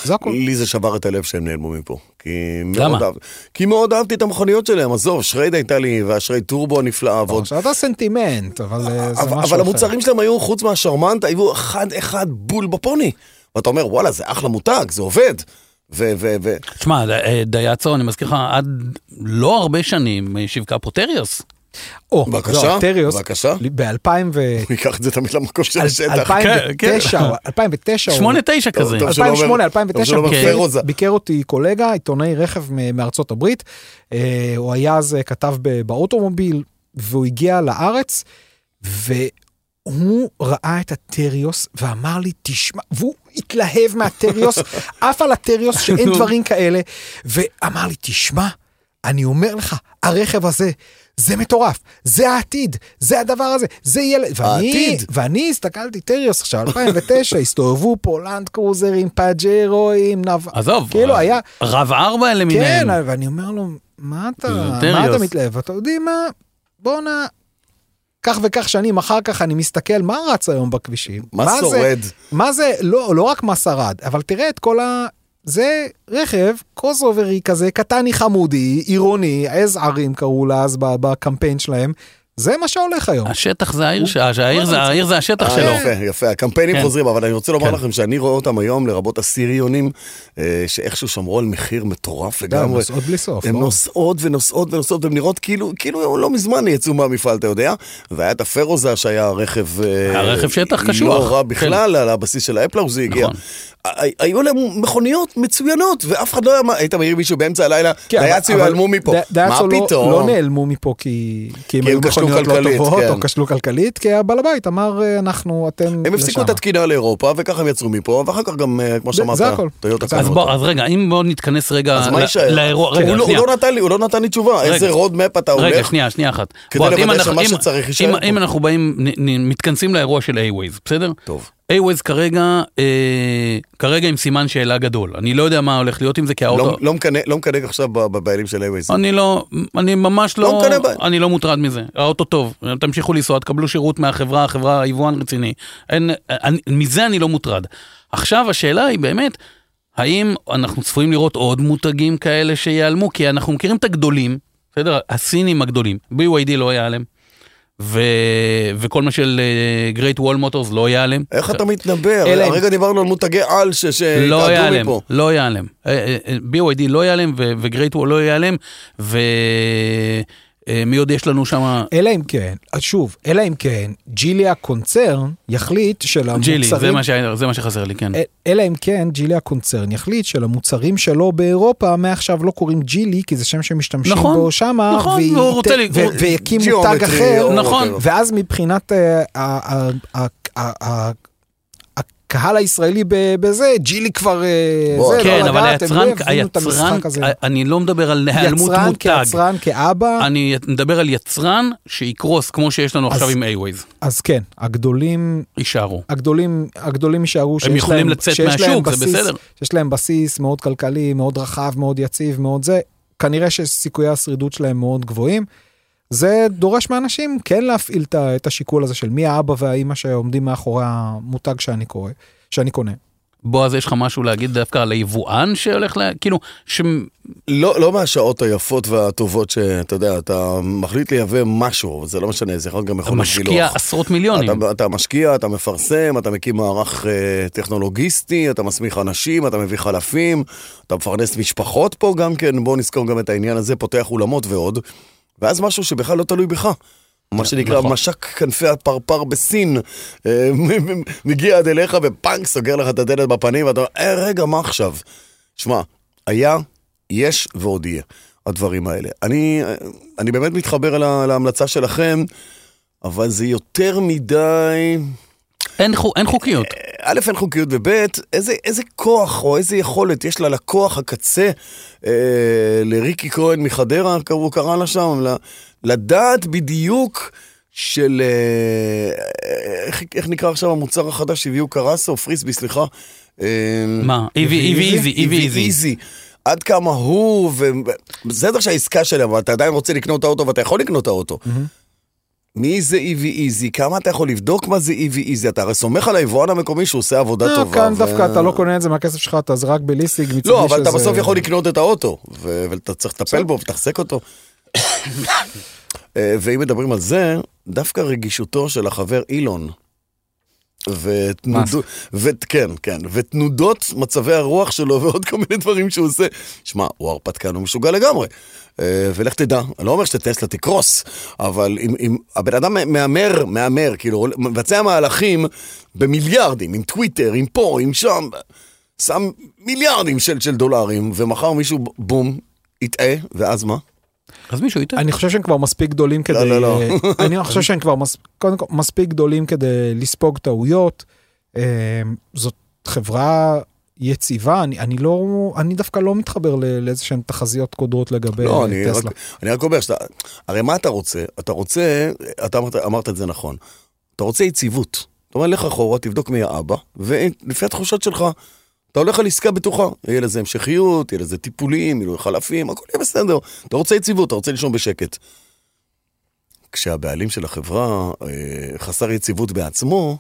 C: זה הכל.
A: לי זה שבר את הלב שהם נעלמו מפה. כי
B: למה?
A: מאוד אהב- כי מאוד אהבתי את המכוניות שלהם, עזוב, שרייד הייתה לי, והשרייד טורבו הנפלאה, ועוד...
C: עכשיו, אתה סנטימנט, אבל אה, זה משהו
A: אבל,
C: אחר.
A: אבל המוצרים שלהם היו, חוץ מהשרמנטה, היו אחד-אחד בול בפוני. ואתה אומר, וואלה, זה אחלה מותג, זה עובד. ו... ו... ו...
B: תשמע, ד- אה, דייצו, אני מזכיר לך, עד לא הרבה שנים אה, שיווקה פה טריוס.
C: או, לא,
A: בבקשה,
C: זו, הטריוס,
A: בבקשה.
C: ב-2009,
A: הוא ייקח את זה תמיד למקום של השטח.
B: כן,
C: 2009, או-
B: שמונה, תשע
A: טוב,
B: כזה.
A: טוב. שלא אומר-
C: 2008,
A: טוב, שלא
C: 2009,
A: אומר
C: ביקר-
A: פרוזה.
C: ביקר אותי קולגה, עיתונאי רכב מ- מארצות הברית. אה, הוא היה אז אה, כתב ב- באוטומוביל, והוא הגיע לארץ, והוא ראה את הטריוס ואמר לי, תשמע, והוא התלהב מהטריוס, עף על הטריוס שאין דברים כאלה, ואמר לי, תשמע, אני אומר לך, הרכב הזה... זה מטורף, זה העתיד, זה הדבר הזה, זה יהיה... ל-" ואני,
A: העתיד.
C: ואני הסתכלתי, טריוס עכשיו, 2009, הסתובבו פה לנד קרוזרים, פאג'רואים, נב...
B: עזוב,
C: כאילו
B: אה,
C: היה...
B: רב ארבע
C: כן,
B: למיניהם.
C: ואני אומר לו, מה אתה, מה
B: טריוס."
C: אתה מתלהב? אתה יודעים מה? בואנה... כך וכך שנים אחר כך אני מסתכל מה רץ היום בכבישים.
A: מה
C: זה-
A: שורד?
C: מה זה, לא, לא רק מה שרד, אבל תראה את כל ה... זה רכב קרוסוברי כזה, קטני חמודי, עירוני, עז ערים קראו לה אז ב- בקמפיין שלהם. זה מה שהולך היום.
B: השטח זה העיר ש- העיר זה- העיר זה השטח
A: אה,
B: שלו.
A: יפה, יפה, הקמפיינים
B: כן.
A: חוזרים, אבל אני רוצה לומר
B: כן.
A: לכם שאני רואה אותם היום, לרבות הסיריונים, אה, שאיכשהו שמרו על מחיר מטורף
C: גם
A: לגמרי.
C: כן, נוסעות בלי סוף. לא?
A: הן
C: ברור.
A: נוסעות ונוסעות ונוסעות, והן נראות כאילו, כאילו לא מזמן יצאו מהמפעל, אתה יודע? והיה את הפרוזה שהיה הרכב... אה,
B: הרכב שטח
A: לא
B: קשוח.
A: רע
B: כן.
A: בכלל, על הבסיס של האפלאו זה הגיע.
B: נכון.
A: ה- היו להם מכוניות מצוינות, ואף אחד לא היה... מה- היית מעיר מישהו באמצע הלילה,
C: כן, אבל-
A: דייצו
C: אבל
A: ייעלמו מפה.
C: ד-
A: מה
C: דייצו לא-
A: פתאום?
C: לא נעלמו מפה כי כי הם
A: כי הם
C: היו
A: כשלו
C: מכוניות לא
A: כלכלית,
C: טובות,
A: כן.
C: או כשלו כלכלית, כי הבעל הבית אמר, "אה, אנחנו, אתם...
A: הם הפסיקו את
C: לשם."
A: התקינה לאירופה, וככה הם יצרו מפה, ואחר כך גם, אה, כמו
C: זה-
A: שאמרת,
C: זה הכל.
A: טויוטה
C: אז
A: קנו
B: אז
A: אותה.
B: בוא, אז רגע, אם בוא נתכנס רגע
A: אז מה
B: ל-
A: יישאר?
B: אה, לא, לאירוע,
A: הוא
B: רגע,
A: לא-
B: שנייה.
A: הוא לא נתן לי, הוא לא נתן לי תשובה.
B: רגע.
A: איזה road map אתה
B: רגע,
A: הולך?
B: שנייה, שנייה אחת.
A: כדי
B: בוא, אם
A: לוודא
B: אנחנו-
A: שמה
B: אם-
A: שצריך יישאר
B: אם-
A: פה.
B: אם אנחנו באים, נ- נ- מתכנסים לאירוע של A-Waze, בסדר?
A: טוב.
B: A-Waze כרגע, אה, כרגע עם סימן שאלה גדול. אני לא יודע מה הולך להיות עם זה, כי
A: לא-
B: האוטו...
A: לא מקנא- לא מקנא עכשיו ב- בבעלים של אייווייז.
B: אני לא, אני ממש
A: לא
B: לא,
A: מקנא בהם.
B: אני לא מוטרד מזה, האוטו טוב, תמשיכו לנסוע, תקבלו שירות מהחברה, החברה יבואן רציני, אין, אני, מזה אני לא מוטרד. עכשיו השאלה היא באמת, האם אנחנו צפויים לראות עוד מותגים כאלה שיעלמו, כי אנחנו מכירים את הגדולים, בסדר? הסינים הגדולים, BYD לא היה עליהם, ו, וכל מה של גרייט וול מוטורס לא היה עליהם.
A: איך אתה מתנבר?
B: אלה הם.
A: הרגע דיברנו על מותגי על ש-
B: לא
A: שהתעדו
B: ייעלם,
A: מפה.
B: לא ייעלם. אה, אה, אה, BYD לא ייעלם וגרייט וול לא ייעלם, ומי עוד יש לנו שם?
C: אלא אם כן, אז שוב, אלא אם כן, ג'ילי הקונצרן יחליט שלמוצרים...
B: ג'ילי, זה מה שהיה- זה מה שחסר לי, כן.
C: אל- אלא אם כן, ג'ילי הקונצרן יחליט שלמוצרים שלו באירופה מעכשיו לא קוראים ג'ילי, כי זה שם שמשתמשים
B: נכון,
C: בו שמה,
B: נכון,
C: והיא
B: והוא רוצה
C: ת-
B: לי-
C: ו-
B: הוא-
C: ויקים
A: ג'יאומטרי,
C: מותג אחר,
A: או-
B: נכון.
A: או-
C: ואז מבחינת אה, ה- ה- ה- ה- ה- הקהל הישראלי ב- בזה, ג'ילי כבר... אה,
A: בוא,
C: זה,
A: לא
B: כן, אבל
C: לגעת, הם לא
B: היצרן,
C: הבינו את
B: היצרן,
C: המשחק הזה.
B: אני לא מדבר על היעלמות
C: יצרן
B: מותג.
C: כיצרן, כאבא,
B: אני מדבר על יצרן שיקרוס כמו שיש לנו
C: אז-
B: עכשיו עם A-Waze.
C: אז כן, הגדולים,
B: יישארו.
C: הגדולים, הגדולים יישארו שיש להם,
B: יכולים לצאת
C: שיש להם
B: מהשוק, זה
C: בסיס-
B: בסדר.
C: שיש להם בסיס מאוד כלכלי, מאוד רחב, מאוד יציב, מאוד זה, כנראה שסיכויי השרידות שלהם מאוד גבוהים. זה דורש מאנשים כן להפעיל את ה- את השיקול הזה של מי האבא והאימא שעומדים מאחורי המותג שאני קורא, שאני קונה.
B: בועז, יש לך משהו להגיד דווקא על היבואן שהולך ל... כאילו, ש...
A: לא, לא מהשעות היפות והטובות שאתה יודע, אתה מחליט לייבא משהו, אבל זה לא משנה, זה יכול להיות גם מכונת
B: משקיע
A: גילוח.
B: עשרות מיליונים.
A: אתה, אתה משקיע, אתה מפרסם, אתה מקים מערך אה, טכנולוגיסטי, אתה מסמיך אנשים, אתה מביא חלפים, אתה מפרנס משפחות פה גם כן, בואו נזכור גם את העניין הזה, פותח אולמות ועוד. ואז משהו שבכלל לא תלוי בך. מה שנקרא
B: נכון.
A: משק כנפי הפרפר בסין, אה, מ- מ- מגיע עד אליך ופאנק סוגר לך את הדלת בפנים ואתה אומר, אה רגע, מה עכשיו? שמע, היה, יש ועוד יהיה, הדברים האלה. אני, אה, אני באמת מתחבר לה- להמלצה שלכם, אבל זה יותר מדי...
B: אין, חו... אין חוקיות.
A: א', אין חוקיות, וב', איזה, איזה כוח או איזה יכולת יש ללקוח הקצה, אה, לריקי כהן מחדרה, קראו- הוא קרא לה שם, ל- לדעת בדיוק של... אה, איך, איך נקרא עכשיו המוצר החדש שהביאו קרסו, פריסבי, סליחה. אה,
B: מה? איבי איבי איזי, איבי איזי.
A: איזי. עד כמה הוא, ו... בסדר שהעסקה שלהם, אבל אתה עדיין רוצה לקנות את האוטו ואתה יכול לקנות את האוטו. מי זה E איבי איזי? כמה אתה יכול לבדוק מה זה E איבי איזי? אתה הרי סומך על היבואן המקומי שהוא עושה עבודה
C: לא,
A: טובה.
C: כאן
A: ו-
C: דווקא אתה לא קונה את זה מהכסף שלך, אתה זה רק בליסינג. מצד
A: לא,
C: מי
A: אבל אתה
C: שזה-
A: בסוף יכול לקנות את האוטו, ו- ואתה צריך לטפל בו ותחזק אותו. אה, ואם מדברים על זה, דווקא רגישותו של החבר אילון. ותנודות, ו- כן, כן, ותנודות מצבי הרוח שלו ועוד כל מיני דברים שהוא עושה. שמע, הוא הרפתקן, הוא משוגע לגמרי. אה, ולך תדע, אני לא אומר שטסלה תקרוס, אבל אם, אם הבן אדם מהמר, מהמר, כאילו, מבצע מהלכים במיליארדים, עם טוויטר, עם פה, עם שם, שם מיליארדים של, של דולרים, ומחר מישהו, ב- בום, יטעה, ואז מה?
B: אז מישהו ייתן.
C: אני חושב שהם כבר מספיק גדולים כדי...
A: לא, לא.
C: אני חושב שהם כבר מס... קודם כל, מספיק גדולים כדי לספוג טעויות. אמ, זאת חברה יציבה, אני, אני לא... אני דווקא לא מתחבר ל- לאיזה שהן תחזיות קודרות לגבי
A: לא, אני רק,
C: אה, טסלה.
A: אני רק אומר, שאתה, הרי מה אתה רוצה? אתה רוצה, אתה אמרת, אמרת את זה נכון, אתה רוצה יציבות. אתה אומר, לך אחורה, תבדוק מי האבא, ולפי התחושות שלך, אתה הולך על עסקה בטוחה. יהיה לזה המשכיות, יהיה לזה טיפולים, יהיו חלפים, הכל יהיה בסדר. אתה רוצה יציבות, אתה רוצה לישון בשקט. כשהבעלים של החברה אה, חסר יציבות בעצמו,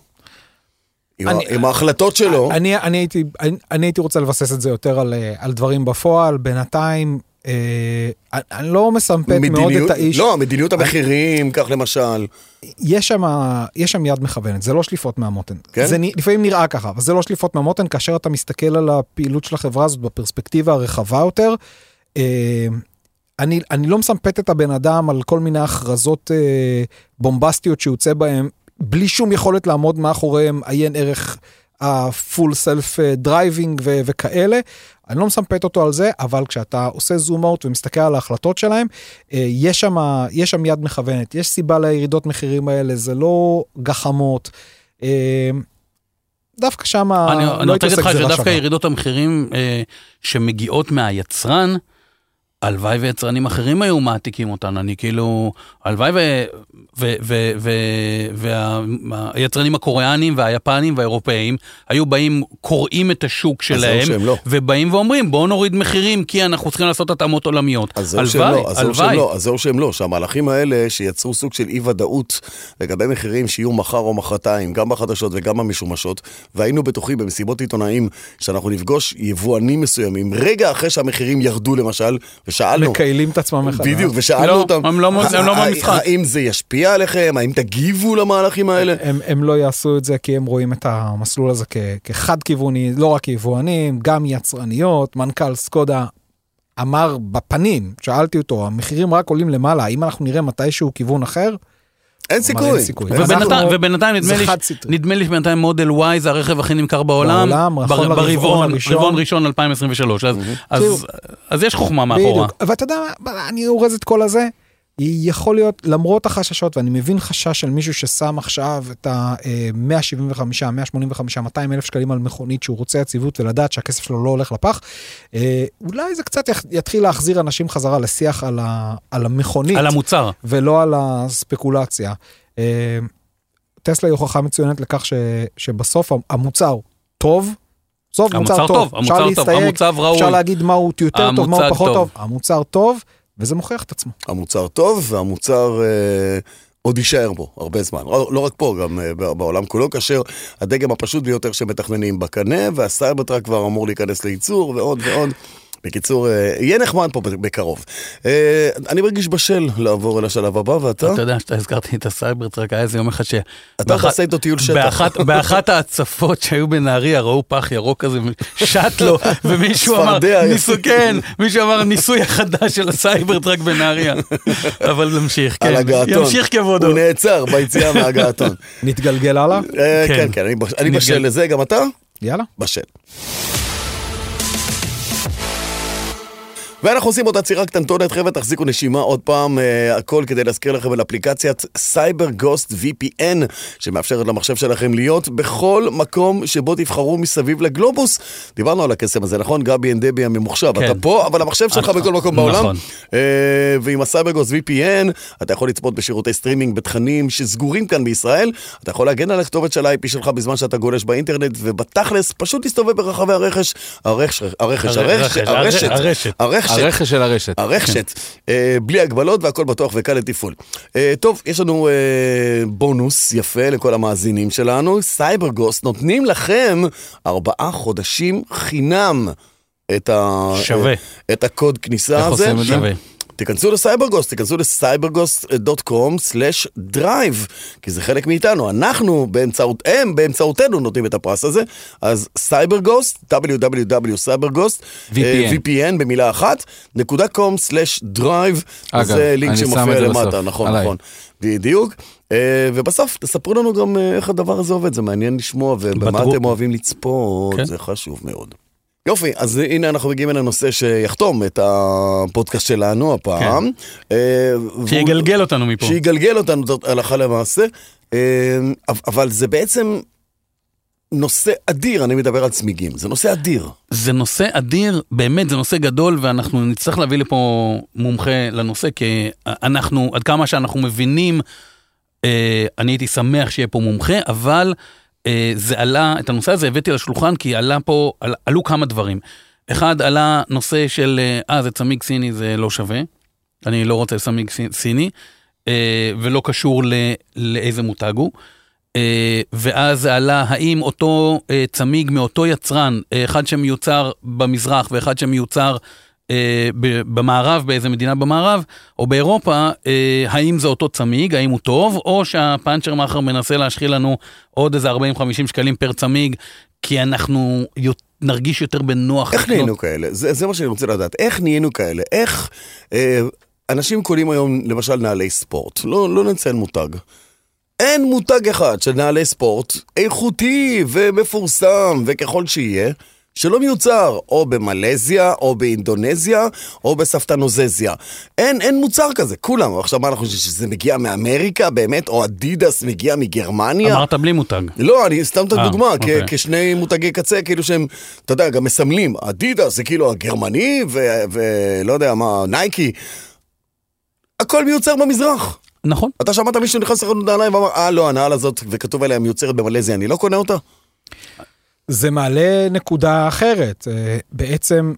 A: עם,
C: אני-
A: ה, עם ההחלטות שלו,
C: אני, אני, הייתי, אני, אני הייתי רוצה לבסס את זה יותר על, אה, על דברים בפועל, בינתיים... אה, אני- אני לא מסמפת מאוד
A: מדיניות,
C: את האיש.
A: לא, מדיניות המחירים, כך למשל.
C: יש שם, יש שם יד מכוונת, זה לא שליפות מהמותן.
A: כן?
C: כן? זה נ- לפעמים נראה ככה, אבל זה לא שליפות מהמותן, כאשר אתה מסתכל על הפעילות של החברה הזאת בפרספקטיבה הרחבה יותר. אה, אני, אני לא מסמפת את הבן אדם על כל מיני הכרזות אה, בומבסטיות שיוצא בהן, בלי שום יכולת לעמוד מאחוריהם עיין ערך הפול סלף דרייבינג אה, וכאלה. אני לא מסמפת אותו על זה, אבל כשאתה עושה זום אאוט ומסתכל על ההחלטות שלהם, אה, יש שם, יש שם יד מכוונת, יש סיבה לירידות מחירים האלה, זה לא גחמות. אה, דווקא שם
B: אני, אני
C: לא הייתי
B: רוצה להגיד
C: עושה
B: לך
C: גזירה
B: שדווקא
C: שווה.
B: ירידות המחירים אה, שמגיעות מהיצרן, הלוואי ויצרנים אחרים היו מעתיקים אותן, אני כאילו, הלוואי והיצרנים הקוריאנים והיפנים והאירופאים היו באים, קוראים את השוק
A: אז זהו
B: שלהם,
A: שהם לא.
B: ובאים ואומרים בואו נוריד מחירים כי אנחנו צריכים לעשות התאמות עולמיות.
A: אז זהו שהם
B: הלוואי,
A: לא, אז זהו שהם
B: הלוואי.
A: לא, אז זהו שהם לא, שהמהלכים האלה שיצרו סוג של אי ודאות לגבי מחירים שיהיו מחר או מחרתיים, גם בחדשות וגם במשומשות, והיינו בטוחים במסיבות עיתונאים שאנחנו נפגוש יבואנים מסוימים רגע אחרי שהמחירים ירדו למשל, ושאלנו,
C: מקיילים את עצמם מחדש.
A: בדיוק, ושאלנו
B: לא,
A: אותם,
B: הם לא מ-
A: "ה-
B: הם לא
A: ה-
B: במשחק."
A: האם זה ישפיע עליכם, האם תגיבו למהלכים האלה?
C: הם, הם לא יעשו את זה כי הם רואים את המסלול הזה כ, כחד-כיווני, לא רק יבואנים, גם יצרניות. מנכ"ל סקודה אמר בפנים, שאלתי אותו, המחירים רק עולים למעלה, האם אנחנו נראה מתישהו כיוון אחר?
A: אין סיכוי.
C: סיכוי.
A: אין
C: ובינתיים-
A: סיכוי.
B: ובינתיים,
C: אנחנו-
B: ובינתיים נדמה,
C: זה
B: לי, ש-
C: חד-סטרי.
B: נדמה לי שבינתיים מודל Y זה הרכב הכי נמכר בעולם,
C: בעולם, נכון לרבעון
B: ברבעון
C: הראשון.
B: רבעון ראשון 2023, אז, אז,
C: כאילו-
B: אז יש חוכמה מאחורה.
C: בדיוק. ואתה יודע, מה, אני אורז את כל הזה, היא יכול להיות, למרות החששות, ואני מבין חשש של מישהו ששם עכשיו את אה, ה-175, 185, 200 אלף שקלים על מכונית שהוא רוצה יציבות ולדעת שהכסף שלו לא הולך לפח, אה, אולי זה קצת יח- יתחיל להחזיר אנשים חזרה לשיח על, ה, על המכונית.
B: על המוצר.
C: ולא על הספקולציה. אה, טסלה היא הוכחה מצוינת לכך ש, שבסוף המ- המוצר טוב, בסוף מוצר
B: המוצר
C: טוב,
B: טוב, המוצר טוב, המוצר ראוי.
C: אפשר להגיד מה הוא יותר טוב, מה הוא
B: המוצר
C: פחות טוב.
B: טוב.
C: המוצר טוב, וזה מוכיח את עצמו.
A: המוצר טוב, והמוצר אה, עוד יישאר בו הרבה זמן. לא, לא רק פה, גם אה, בע- בעולם כולו, כאשר הדגם הפשוט ביותר שמתכננים בקנה, והסייברטראק כבר אמור להיכנס לייצור, ועוד ועוד. בקיצור, אה, יהיה נחמד פה בקרוב. אה, אני מרגיש בשל לעבור אל השלב הבא,
C: אה?
A: ואתה?
B: אתה יודע שאתה הזכרתי את הסייברטרק, היה איזה יום אחד ש...
A: אתה
B: באחת-
A: תעשה איתו טיול שטח.
B: באחת, באחת ההצפות שהיו בנהריה ראו פח ירוק כזה שט לו, ומישהו אמר,
A: צפרדע, יפה.
B: ניסו, כן, מישהו אמר הניסוי החדש של הסייברטרק בנהריה. אבל נמשיך,
A: על
B: כן,
A: הגעתון.
B: ימשיך כבודו.
A: הוא נעצר ביציאה מהגעתון.
C: נתגלגל הלאה,
A: אה,
B: כן.
A: כן, כן, אני בש- אני
B: נתגל-
A: בשל לזה, גם אתה?
C: יאללה.
A: בשל. ואנחנו עושים עוד עצירה קטנטונת, חבר'ה, תחזיקו נשימה עוד פעם, אה, הכל כדי להזכיר לכם על אפליקציית סייבר גוסט VPN, שמאפשרת למחשב שלכם להיות בכל מקום שבו תבחרו מסביב לגלובוס. דיברנו על הקסם הזה, נכון? גבי אנד דבי הממוחשב,
B: כן.
A: אתה פה, אבל המחשב שלך
B: אה,
A: בכל מקום
B: נכון.
A: בעולם. אה, ועם הסייברגוס VPN, אתה יכול לצפות בשירותי סטרימינג בתכנים שסגורים כאן בישראל, אתה יכול להגן על הכתובת של ה-IP שלך בזמן שאתה גולש באינטרנט, ובתכלס פשוט להסתובב ברחבי הרכש, הרכש, הרכש,
B: הר-
A: הרכש,
B: הרכש,
A: הרשת, הרשת,
B: הרשת.
D: הרכש של הרשת.
A: הרשת, אה, בלי הגבלות והכל בטוח וקל לתפעול. אה, טוב, יש לנו אה, בונוס יפה לכל המאזינים שלנו, סייברגוס נותנים לכם ארבעה חודשים חינם. את, ה...
B: שווה.
A: את הקוד כניסה
D: איך
A: הזה.
D: עושים את זה?
B: שווה.
A: תיכנסו לסייברגוסט, תיכנסו לסייברגוסט.com/דרייב, כי זה חלק מאיתנו, אנחנו באמצעות, הם באמצעותנו נותנים את הפרס הזה, אז סייברגוסט, www.cyberghost,
D: VPN.
A: אה, VPN במילה אחת, נקודה com/דרייב,
D: אגב,
A: זה לינק
D: אני שם
A: שמופיע
D: את זה
A: למטה,
D: בסוף,
A: נכון,
D: עליי.
A: נכון, בדיוק. אה, ובסוף, תספרו לנו גם אה, איך הדבר הזה עובד, זה מעניין לשמוע, ובמה
B: בטוח.
A: אתם אוהבים לצפות,
B: כן.
A: זה חשוב מאוד. יופי, אז הנה אנחנו מגיעים אל הנושא שיחתום את הפודקאסט שלנו הפעם. אה, והוא-
B: שיגלגל אותנו מפה.
A: שיגלגל אותנו זאת הלכה למעשה. אה, אבל זה בעצם נושא אדיר, אני מדבר על צמיגים, זה נושא אדיר.
B: זה נושא אדיר, באמת זה נושא גדול, ואנחנו נצטרך להביא לפה מומחה לנושא, כי אה, אנחנו, עד כמה שאנחנו מבינים, אה, אני הייתי שמח שיהיה פה מומחה, אבל אה, זה עלה, את הנושא הזה הבאתי לשולחן, כי עלה פה, על, עלו כמה דברים. אחד, עלה נושא של, אה, אה, זה צמיג סיני, זה לא שווה. אני לא רוצה צמיג סי- סיני, אה, ולא קשור ל, לאיזה מותג הוא. אה, ואז עלה האם אותו אה, צמיג מאותו יצרן, אה, אחד שמיוצר במזרח ואחד שמיוצר אה, ב- במערב, באיזה מדינה במערב, או באירופה, אה, האם זה אותו צמיג, האם הוא טוב, או שהפאנצ'ר מאחר מנסה להשחיל לנו עוד איזה 40-50 שקלים פר צמיג, כי אנחנו יו- נרגיש יותר בנוח.
A: איך
B: לקנות.
A: נהיינו כאלה? זה, זה מה שאני רוצה לדעת. איך נהיינו כאלה? איך... אה, אנשים קונים היום, למשל, נעלי ספורט. לא, לא נציין מותג. אין מותג אחד של נעלי ספורט, איכותי ומפורסם וככל שיהיה, שלא מיוצר או במלזיה, או באינדונזיה, או בספטנוזזיה. אין, אין מוצר כזה, כולם. עכשיו, מה אנחנו חושבים, שזה מגיע מאמריקה באמת, או אדידס מגיע מגרמניה?
B: אמרת בלי מותג.
A: לא, אני סתם את
B: אה,
A: הדוגמה, כ-
B: אוקיי.
A: כשני מותגי קצה, כאילו שהם, אתה יודע, גם מסמלים. אדידס זה כאילו הגרמני, ו- ולא יודע מה, נייקי. הכל מיוצר במזרח.
B: נכון.
A: אתה שמעת מישהו נכנס לחנות נעליים ואמר, אה, לא, הנעל הזאת, וכתוב עליה מיוצרת במלזיה, אני לא קונה אותה?
C: זה מעלה נקודה אחרת, אה, בעצם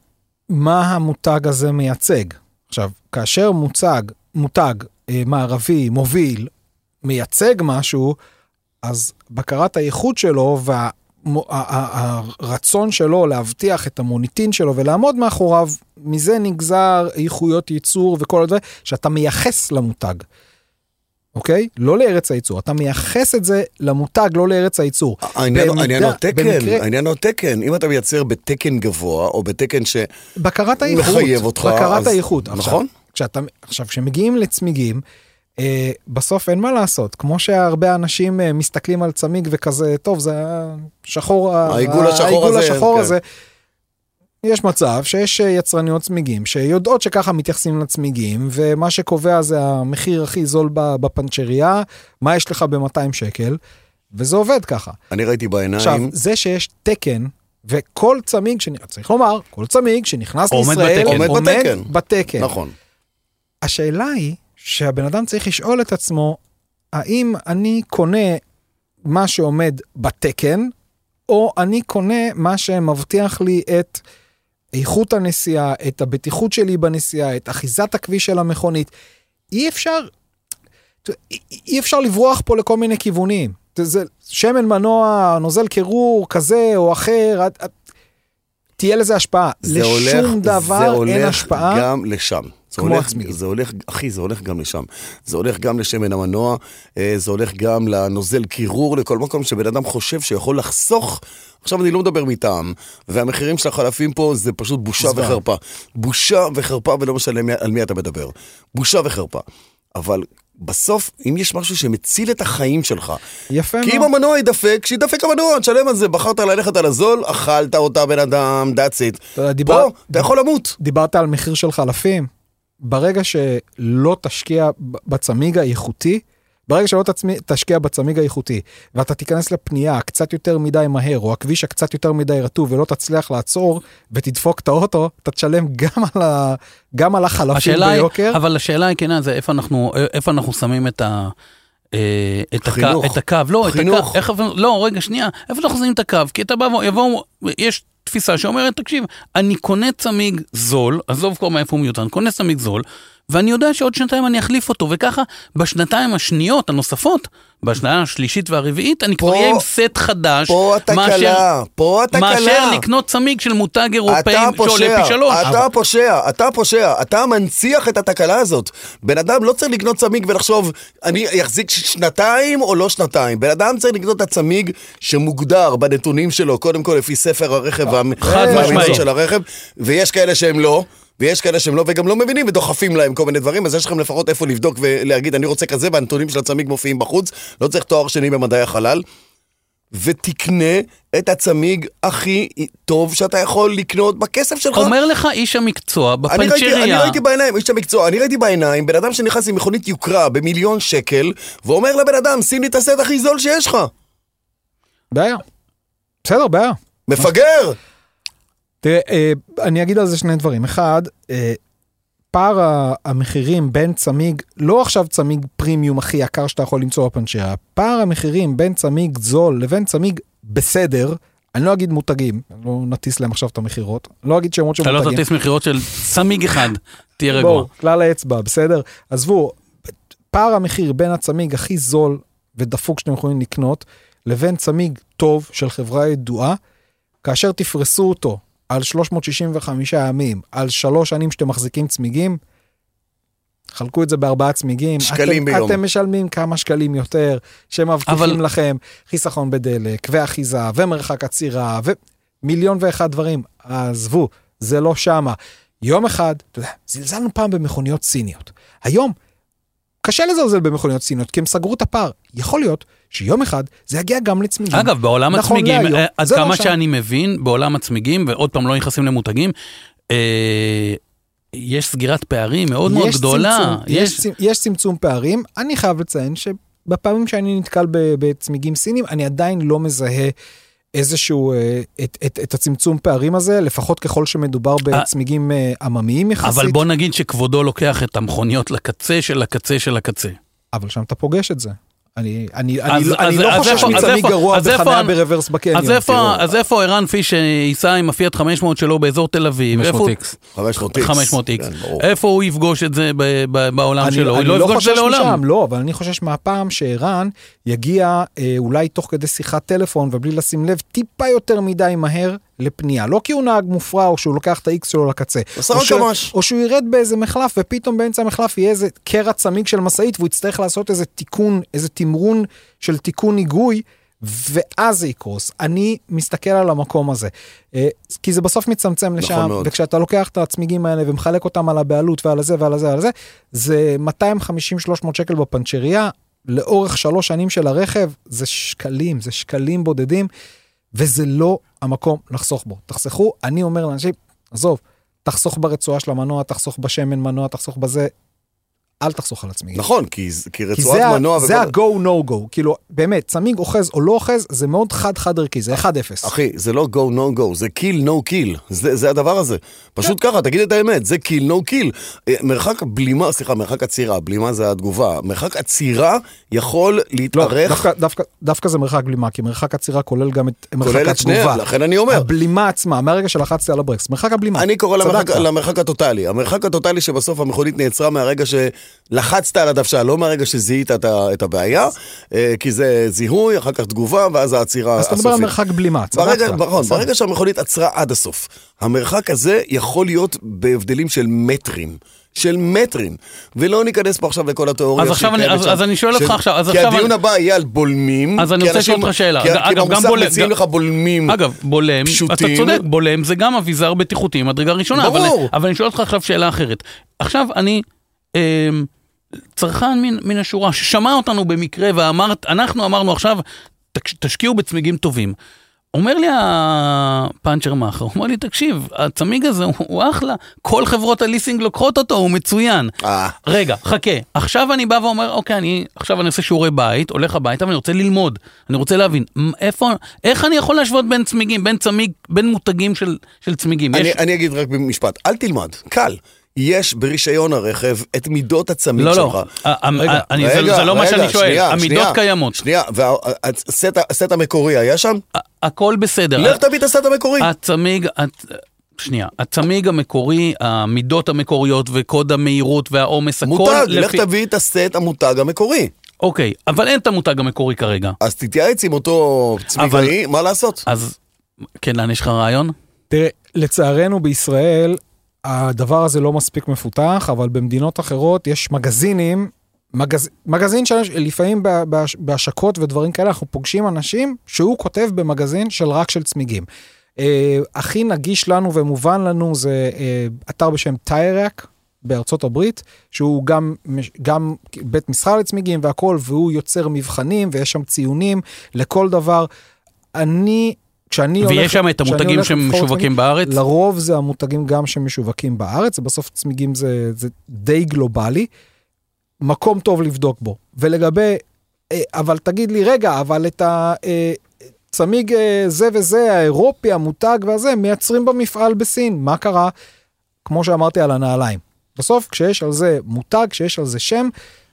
C: מה המותג הזה מייצג. עכשיו, כאשר מוצג, מותג אה, מערבי מוביל מייצג משהו, אז בקרת הייחוד שלו וה... מו- ה- ה- הרצון שלו להבטיח את המוניטין שלו ולעמוד מאחוריו, מזה נגזר איכויות ייצור וכל הדברים שאתה מייחס למותג, אוקיי? לא לארץ הייצור, אתה מייחס את זה למותג, לא לארץ הייצור.
A: העניין הוא-
C: במידה-
A: העניין הוא תקן,
C: במקרה-
A: העניין הוא תקן. אם אתה מייצר בתקן גבוה, או בתקן שמחייב
C: בקרת האיכות.
A: אותך,
C: בקרת
A: אז-
C: האיכות. עכשיו,
A: נכון?
C: כשאתה, עכשיו, כשמגיעים לצמיגים, אה, בסוף אין מה לעשות. כמו שהרבה אנשים אה, מסתכלים על צמיג וכזה, טוב, זה השחור, ה-
A: העיגול השחור
C: העיגול
A: הזה,
C: השחור
A: כן."
C: הזה. יש מצב שיש אה, יצרניות צמיגים שיודעות שככה מתייחסים לצמיגים, ומה שקובע זה המחיר הכי זול ב- בפנצ'ריה, מה יש לך ב-200 שקל, וזה עובד ככה.
A: אני ראיתי
C: עכשיו,
A: בעיניים,
C: זה שיש תקן, וכל צמיג, שנ... צריך לומר, כל צמיג שנכנס
B: עומד
C: לישראל,
B: בתקן.
A: עומד
C: עומד
A: בתקן.
C: בתקן.
A: נכון.
C: השאלה היא שהבן אדם צריך לשאול את עצמו, האם אני קונה מה שעומד בתקן, או אני קונה מה שמבטיח לי את איכות הנסיעה, את הבטיחות שלי בנסיעה, את אחיזת הכביש של המכונית. אי אפשר, אי- אי אפשר לברוח פה לכל מיני כיוונים. זה שמן מנוע, נוזל קירור כזה או אחר, את- את- תהיה לזה השפעה.
A: זה
C: לשום
A: הולך- זה
C: דבר אין
A: הולך
C: השפעה.
A: גם לשם. זה
C: כמו
A: הולך,
C: הצמיגים.
A: זה הולך, אחי, זה הולך גם לשם. זה הולך גם לשמן המנוע, אה, זה הולך גם לנוזל קירור, לכל מקום שבן אדם חושב שיכול לחסוך. עכשיו אני לא מדבר מטעם, והמחירים של החלפים פה זה פשוט בושה
C: זוועה.
A: וחרפה. בושה וחרפה, ולא משנה מי- על מי אתה מדבר. בושה וחרפה. אבל בסוף, אם יש משהו שמציל את החיים שלך,
C: יפה
A: כי אם
C: מאוד.
A: המנוע ידפק, שידפק המנוע, תשלם על זה. בחרת ללכת על הזול, אכלת אותה בן אדם, that's it.
C: אתה יודע, דיבר-
A: פה, אתה יכול למות.
C: דיברת על מחיר של חלפים. ברגע שלא תשקיע ב- בצמיג האיכותי, ברגע שלא תצמי, תשקיע בצמיג האיכותי, ואתה תיכנס לפנייה קצת יותר מדי מהר, או הכביש הקצת יותר מדי רטוב, ולא תצליח לעצור, ותדפוק את האוטו, אתה תשלם גם על, ה, גם על החלפים
B: השאלה היא,
C: ביוקר.
B: אבל השאלה היא כנה, זה איפה אנחנו, איפה אנחנו שמים את ה... אה, את,
A: חינוך.
B: הקו, את הקו, לא, את
A: חינוך.
B: הקו, איך, לא, רגע, שנייה, איפה אנחנו שמים את הקו? כי אתה בא ויבואו, יש תפיסה שאומרת, תקשיב, אני קונה צמיג זול, עזוב כבר מאיפה הוא מיותר, אני קונה צמיג זול, ואני יודע שעוד שנתיים אני אחליף אותו, וככה בשנתיים השניות הנוספות, בשנה השלישית והרביעית, אני כבר
A: פה-
B: אהיה עם סט חדש,
A: פה התקלה, פה התקלה.
B: מאשר לקנות צמיג של מותג אירופאי
A: אתה
B: שעולה
A: פושע,
B: פי שלוש.
A: אתה פושע, אתה פושע, אתה מנציח את התקלה הזאת. בן אדם לא צריך לקנות צמיג ולחשוב, אני אחזיק ש- שנתיים או לא שנתיים. בן אדם צריך לקנות את הצמיג שמוגדר בנתונים שלו, קודם כל לפי ספר הרכב והמ-
B: חד
A: והמיזוג
B: משמעית.
A: של הרכב, ויש כאלה שהם לא. ויש כאלה שהם לא וגם לא מבינים ודוחפים להם כל מיני דברים, אז יש לכם לפחות איפה לבדוק ולהגיד, אני רוצה כזה, והנתונים של הצמיג מופיעים בחוץ, לא צריך תואר שני במדעי החלל. ותקנה את הצמיג הכי טוב שאתה יכול לקנות בכסף
C: לא?
A: שלך.
B: אומר לך איש המקצוע
A: אני ראיתי,
B: בפנצ'ריה,
A: אני ראיתי בעיניים, איש המקצוע, אני ראיתי בעיניים בן אדם שנכנס עם מכונית יוקרה במיליון שקל, ואומר לבן אדם, שים לי את הסט הכי זול שיש לך.
C: בעיה. בסדר, בעיה.
A: מפגר!
C: תראה, אה, אני אגיד על זה שני דברים. אחד, אה, פער ה- המחירים בין צמיג, לא עכשיו צמיג פרימיום הכי יקר שאתה יכול למצוא בפנצ'רה, פער המחירים בין צמיג זול לבין צמיג בסדר, אני לא אגיד מותגים, אני לא נטיס להם עכשיו את המכירות, לא אגיד שמות של
B: אתה
C: מותגים.
B: לא תטיס מכירות של צמיג אחד, תהיה רגוע.
C: בואו, כלל האצבע, בסדר? עזבו, פער המחיר בין הצמיג הכי זול ודפוק שאתם יכולים לקנות, לבין צמיג טוב של חברה ידועה, כאשר תפרסו אותו על 365 ימים, על שלוש שנים שאתם מחזיקים צמיגים, חלקו את זה בארבעה צמיגים.
A: שקלים
C: אתם,
A: ביום.
C: אתם משלמים כמה שקלים יותר, שמבטיחים
B: אבל-
C: אבל... לכם חיסכון בדלק, ואחיזה, ומרחק עצירה, ומיליון ואחד דברים. עזבו, זה לא שמה. יום אחד, אתה יודע, זלזלנו פעם במכוניות סיניות. היום, קשה לזלזל במכוניות סיניות, כי הם סגרו את הפער. יכול להיות שיום אחד זה יגיע גם לצמיגים.
B: אגב, בעולם
C: נכון
B: הצמיגים,
C: להיום.
B: אה, עד
C: זה לא
B: כמה
C: שם.
B: שאני מבין, בעולם הצמיגים, ועוד פעם לא נכנסים למותגים, אה, יש סגירת פערים מאוד מאוד
C: יש
B: גדולה.
C: צמצום, יש... צמצ- יש צמצום פערים. אני חייב לציין שבפעמים שאני נתקל ב- בצמיגים סינים, אני עדיין לא מזהה איזשהו, אה, את, את, את הצמצום פערים הזה, לפחות ככל שמדובר בצמיגים אה, עממיים יחסית.
B: אבל בוא נגיד שכבודו לוקח את המכוניות לקצה של הקצה של הקצה.
C: אבל שם אתה פוגש את זה. אני, אני,
B: אז-
C: אני, אני
B: אז-
C: לא
B: אז
C: חושב
B: איפה- אז
C: שמצמיג
B: איפה-
C: גרוע
B: אז איפה
C: בחניה
B: אני-
C: ברוורס בקניון.
B: אז איפה-
C: תראו.
B: אז איפה ערן פיש שיסע עם הפיאט 500 שלו באזור תל אביב? איפה הוא-
D: 500 איקס.
A: 500 איקס.
B: 500 איקס.
C: אה,
A: כן, ברור.
B: איפה הוא יפגוש את זה ב- ב- בעולם
C: אני,
B: שלו? הוא
C: אני
B: לא
C: לא
B: יפגוש
C: חושש
B: את זה לעולם.
C: משם, לא, אבל אני חושש מהפעם שערן יגיע אה, אולי תוך כדי שיחת טלפון ובלי לשים לב טיפה יותר מדי מהר לפנייה. לא כי הוא נהג מופרע או שהוא לוקח את ה-X שלו לקצה.
A: עשרה
C: או שהוא-
A: קמ"ש.
C: או שהוא ירד באיזה מחלף ופתאום באמצע המחלף יהיה איזה קרע צמיג של משאית והוא יצטרך לעשות איזה תיקון, איזה תמרון של תיקון היגוי. ואז זה יקרוס. אני מסתכל על המקום הזה. אה, כי זה בסוף מצמצם לשם,
A: מאוד.
C: וכשאתה לוקח את הצמיגים האלה ומחלק אותם על הבעלות ועל הזה ועל הזה ועל זה, זה 250-300 שקל בפנצ'ריה, לאורך שלוש שנים של הרכב, זה שקלים, זה שקלים בודדים, וזה לא המקום לחסוך בו. תחסכו, אני אומר לאנשים, עזוב, תחסוך ברצועה של המנוע, תחסוך בשמן מנוע, תחסוך בזה, אל תחסוך על עצמי.
A: נכון, כי, ז- כי
C: כי זה,
A: רצועת
C: ה-
A: מנוע...
C: זה
A: וכל-
C: ה-go no go, כאילו באמת, צמיג אוחז או לא אוחז, זה מאוד חד-חד ערכי,
A: נכון.
C: זה 1-0.
A: אחי, זה לא go no go, זה kill no kill, זה, זה הדבר הזה. פשוט ככה, תגיד את האמת, זה kill no kill. אה, מרחק הבלימה, סליחה, מרחק עצירה, בלימה זה התגובה, מרחק עצירה יכול להתארך.
C: לא, דווקא, דווקא, דווקא זה מרחק בלימה, כי מרחק עצירה כולל גם את מרחק
A: כולל את
C: התגובה.
A: שניהם, לכן אני אומר.
C: הבלימה עצמה, מהרגע שלחצתי על הברקס, מרחק הבלימה.
A: אני קורא למרחק,
C: צדקת.
A: למרחק הטוטלי. המרחק הטוטלי שבסוף המכונית נעצרה מהרגע שלחצת על הדוושה, לא מהרגע שזיהית את, ה- את הבעיה, אה, כי זה זיהוי, אחר כך תגובה, ואז העצירה
C: אז אתה
A: הסופית.
C: מדבר על מרחק בלימה, צדקת.
A: ברגע, נכון,
C: בסדר.
A: ברגע שהמכונית עצרה עד הסוף, המרחק הזה יכול להיות בהבדלים של מטרים. של מטרים, ולא ניכנס פה עכשיו לכל התיאוריה
B: אז עכשיו אני-
A: שקיימת
B: אז-
A: שם,
B: אז אני שואל אותך
A: של-
B: עכשיו, אז
A: כי
B: עכשיו
A: הדיון
B: אני-
A: הבא יהיה על בולמים.
B: אז אני
A: כי
B: רוצה לשאול
A: אנשים-
B: אותך שאלה.
A: כי-
B: אגב,
A: כי
B: גם
A: במוסך
B: בולם-
A: מציעים
B: גם-
A: לך בולמים.
B: אגב, בולם, אתה
A: פשוטים.
B: צודק, בולם זה גם אביזר בטיחותי מדרגה ראשונה. אבל-
A: ברור.
B: אבל אני שואל אותך עכשיו שאלה אחרת. עכשיו אני אה, צרכן מן- מן השורה ששמע אותנו במקרה ואמר, אנחנו אמרנו עכשיו, "תקש- תשקיעו בצמיגים טובים. אומר לי הפאנצ'ר מאחר, הוא אומר לי, תקשיב, הצמיג הזה הוא- הוא אחלה, כל חברות הליסינג לוקחות אותו, הוא מצוין.
A: אה,
B: רגע, חכה, עכשיו אני בא ואומר, אוקיי, אני עכשיו אני עושה שיעורי בית, הולך הביתה ואני רוצה ללמוד, אני רוצה להבין, מ- איפה, איך אני יכול להשוות בין צמיגים, בין צמיג, בין מותגים של, של צמיגים?
A: אני,
B: יש...
A: אני אגיד רק במשפט, אל תלמד, קל. יש ברישיון הרכב את מידות הצמיג
B: לא,
A: שלך.
B: לא, ה- ה- ה- אני- זה- זה לא מה שאני שואל,
A: שנייה,
B: המידות
A: שנייה,
B: קיימות,
A: שנייה, והסט המקורי היה שם?
B: ה- הכל בסדר.
A: לך תביא את הסט המקורי.
B: אה, הצמיג, הצ- שנייה, הצמיג המקורי, המידות המקוריות וקוד המהירות והעומס, הכל
A: מותג, לך
B: לפי...
A: תביא את הסט המותג המקורי.
B: אוקיי, אבל אין את המותג המקורי כרגע,
A: אז תתייעץ עם אותו צמיגאי, מה לעשות?
B: אז כן, לאן יש לך רעיון?
C: תראה, לצערנו בישראל, הדבר הזה לא מספיק מפותח, אבל במדינות אחרות יש מגזינים, מגז, מגזין שלפעמים בהשקות ודברים כאלה, אנחנו פוגשים אנשים שהוא כותב במגזין של רק של צמיגים. Uh, הכי נגיש לנו ומובן לנו זה uh, אתר בשם טיירק בארצות הברית, שהוא גם, מש- גם בית מסחר לצמיגים והכל, והוא יוצר מבחנים ויש שם ציונים לכל דבר. אני, כשאני הולך...
B: ויש שם את
C: כשאני
B: המותגים
C: הולך לבחור צמיגים,
B: שמשווקים בארץ?
C: לרוב זה המותגים גם שמשווקים בארץ, ובסוף צמיגים זה, זה די גלובלי. מקום טוב לבדוק בו. ולגבי, אה, אבל תגיד לי, רגע, אבל את הצמיג אה, זה וזה, האירופי, המותג והזה, מייצרים במפעל בסין, מה קרה? כמו שאמרתי על הנעליים. בסוף, כשיש על זה מותג, כשיש על זה שם,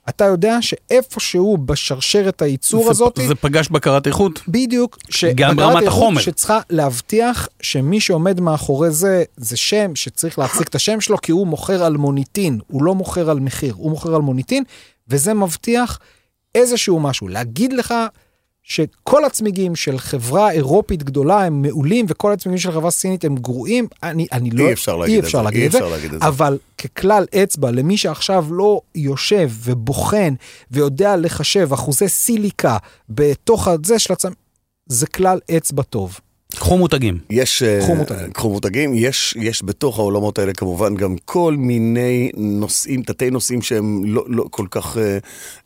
C: אתה יודע שאיפשהו בשרשרת הייצור
B: זה-
C: הזאת,
B: זה פגש בקרת איכות?
C: בדיוק. ש-
B: גם
C: הגדרת
B: ברמת
C: איכות
B: החומר.
C: שצריכה להבטיח שמי שעומד מאחורי זה, זה שם שצריך להחזיק את השם שלו, כי הוא מוכר על מוניטין, הוא לא מוכר על מחיר, הוא מוכר על מוניטין, וזה מבטיח איזשהו משהו. להגיד לך שכל הצמיגים של חברה אירופית גדולה הם מעולים, וכל הצמיגים של חברה סינית הם גרועים, אני, אני לא...
A: אי אפשר להגיד את זה, אי אפשר להגיד את זה.
C: אבל ככלל אצבע, למי שעכשיו לא יושב ובוחן ויודע לחשב אחוזי סיליקה בתוך הזה של הצמ... זה כלל אצבע טוב.
B: קחו מותגים.
A: יש... אה,
C: קחו מותגים.
A: קחו מותגים. יש, יש בתוך העולמות האלה כמובן גם כל מיני נושאים, תתי נושאים שהם לא, לא כל כך אה,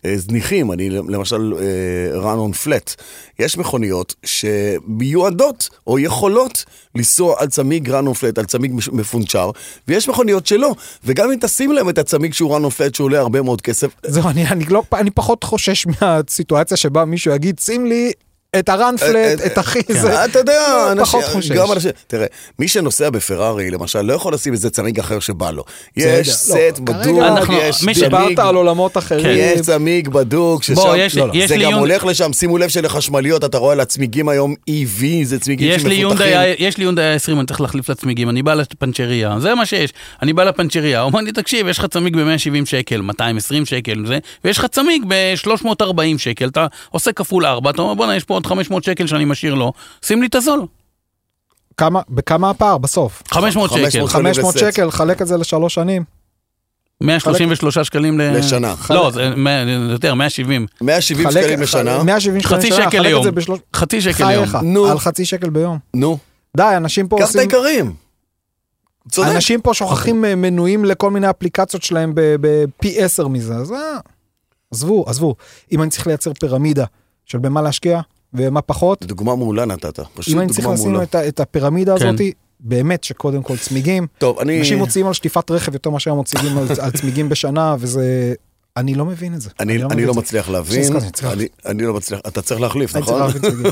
A: אה, זניחים. אני למשל אה, run on flat. יש מכוניות שמיועדות או יכולות לנסוע על צמיג run on flat, על צמיג מש- מפונצ'ר, ויש מכוניות שלא. וגם אם תשים להם את הצמיג שהוא run on flat שעולה הרבה מאוד כסף,
C: זהו, אני, אני, לא, אני פחות חושש מהסיטואציה שבה מישהו יגיד, שים לי את הרנפלט, את הכי זה.
A: אה, כן. אתה יודע,
C: כן. לא, פחות
A: אנשים-
C: חושש.
A: גם אנשים, תראה, מי שנוסע בפרארי, למשל, לא יכול לשים איזה צמיג אחר שבא לו. יש
C: לא,
A: סט
C: כרגע
A: בדוק,
B: אנחנו-
A: יש
B: מי
C: דיברת
A: צמיג, כן.
C: על עולמות אחרים.
A: יש צמיג בדוק, ששם,
B: בוא, יש-
A: לא, לא.
B: יש
A: זה
B: לי
A: גם
B: יונ-
A: הולך לשם, שימו לב שלחשמליות, אתה רואה על הצמיגים היום EV, זה צמיגים
B: יש לי יונדאי
A: שמפותחים.
B: ה- יש לי יונדאי 20 אני צריך להחליף לצמיגים, אני בא לפנצ'ריה, זה מה שיש. אני בא לפנצ'ריה, הוא אומר לי, תקשיב, יש לך צמיג ב-170 שקל, 220 שקל, זה, ויש לך צמיג ב-340 שקל, אתה עושה כפול 4, אתה אומר, בואנה, יש פה עוד 500 שקל שאני משאיר לו, שים לי את הזול.
C: כמה, בכמה הפער בסוף?
B: 500 שקל,
A: 500.
C: 500
A: בסט.
C: שקל, חלק את זה לשלוש שנים.
B: 133 שקלים ל-
A: לשנה.
B: לא, זה מאה- זה יותר, 170.
A: 170
C: חלק-
A: שקלים לשנה,
C: 170 שקלים
B: חצי
C: לשנה,
B: שקל
C: חלק את
B: ליום.
C: זה בשלוש...
B: חצי שקל ליום.
C: חייך,
A: נו.
C: על חצי שקל ביום.
A: נו,
C: די, אנשים פה
A: קח את
C: עושים...
A: העיקרים. צודק.
C: אנשים פה שוכחים אה, מנויים לכל מיני אפליקציות שלהם ב- ב- פי 10 מזה, אז אה, עזבו, עזבו. אם אני צריך לייצר פירמידה של במה להשקיע ומה פחות,
A: דוגמה מעולה נתת, פשוט
C: אם אני צריך
A: דוגמה
C: לשים
A: מעולה.
C: את ה- את הפירמידה
B: כן.
C: הזאת, באמת שקודם כל צמיגים.
A: טוב, אני...
C: אנשים מוציאים על שטיפת רכב יותר מאשר הם מוציאים על, על צמיגים בשנה, וזה... אני לא מבין את זה.
A: אני, אני
C: מבין
A: לא
C: את זה.
A: מצליח להבין,
C: אני צריך-
A: אני, אני לא מצליח, אתה צריך להחליף,
C: אני צריך
A: נכון?
C: להבין צמיגים.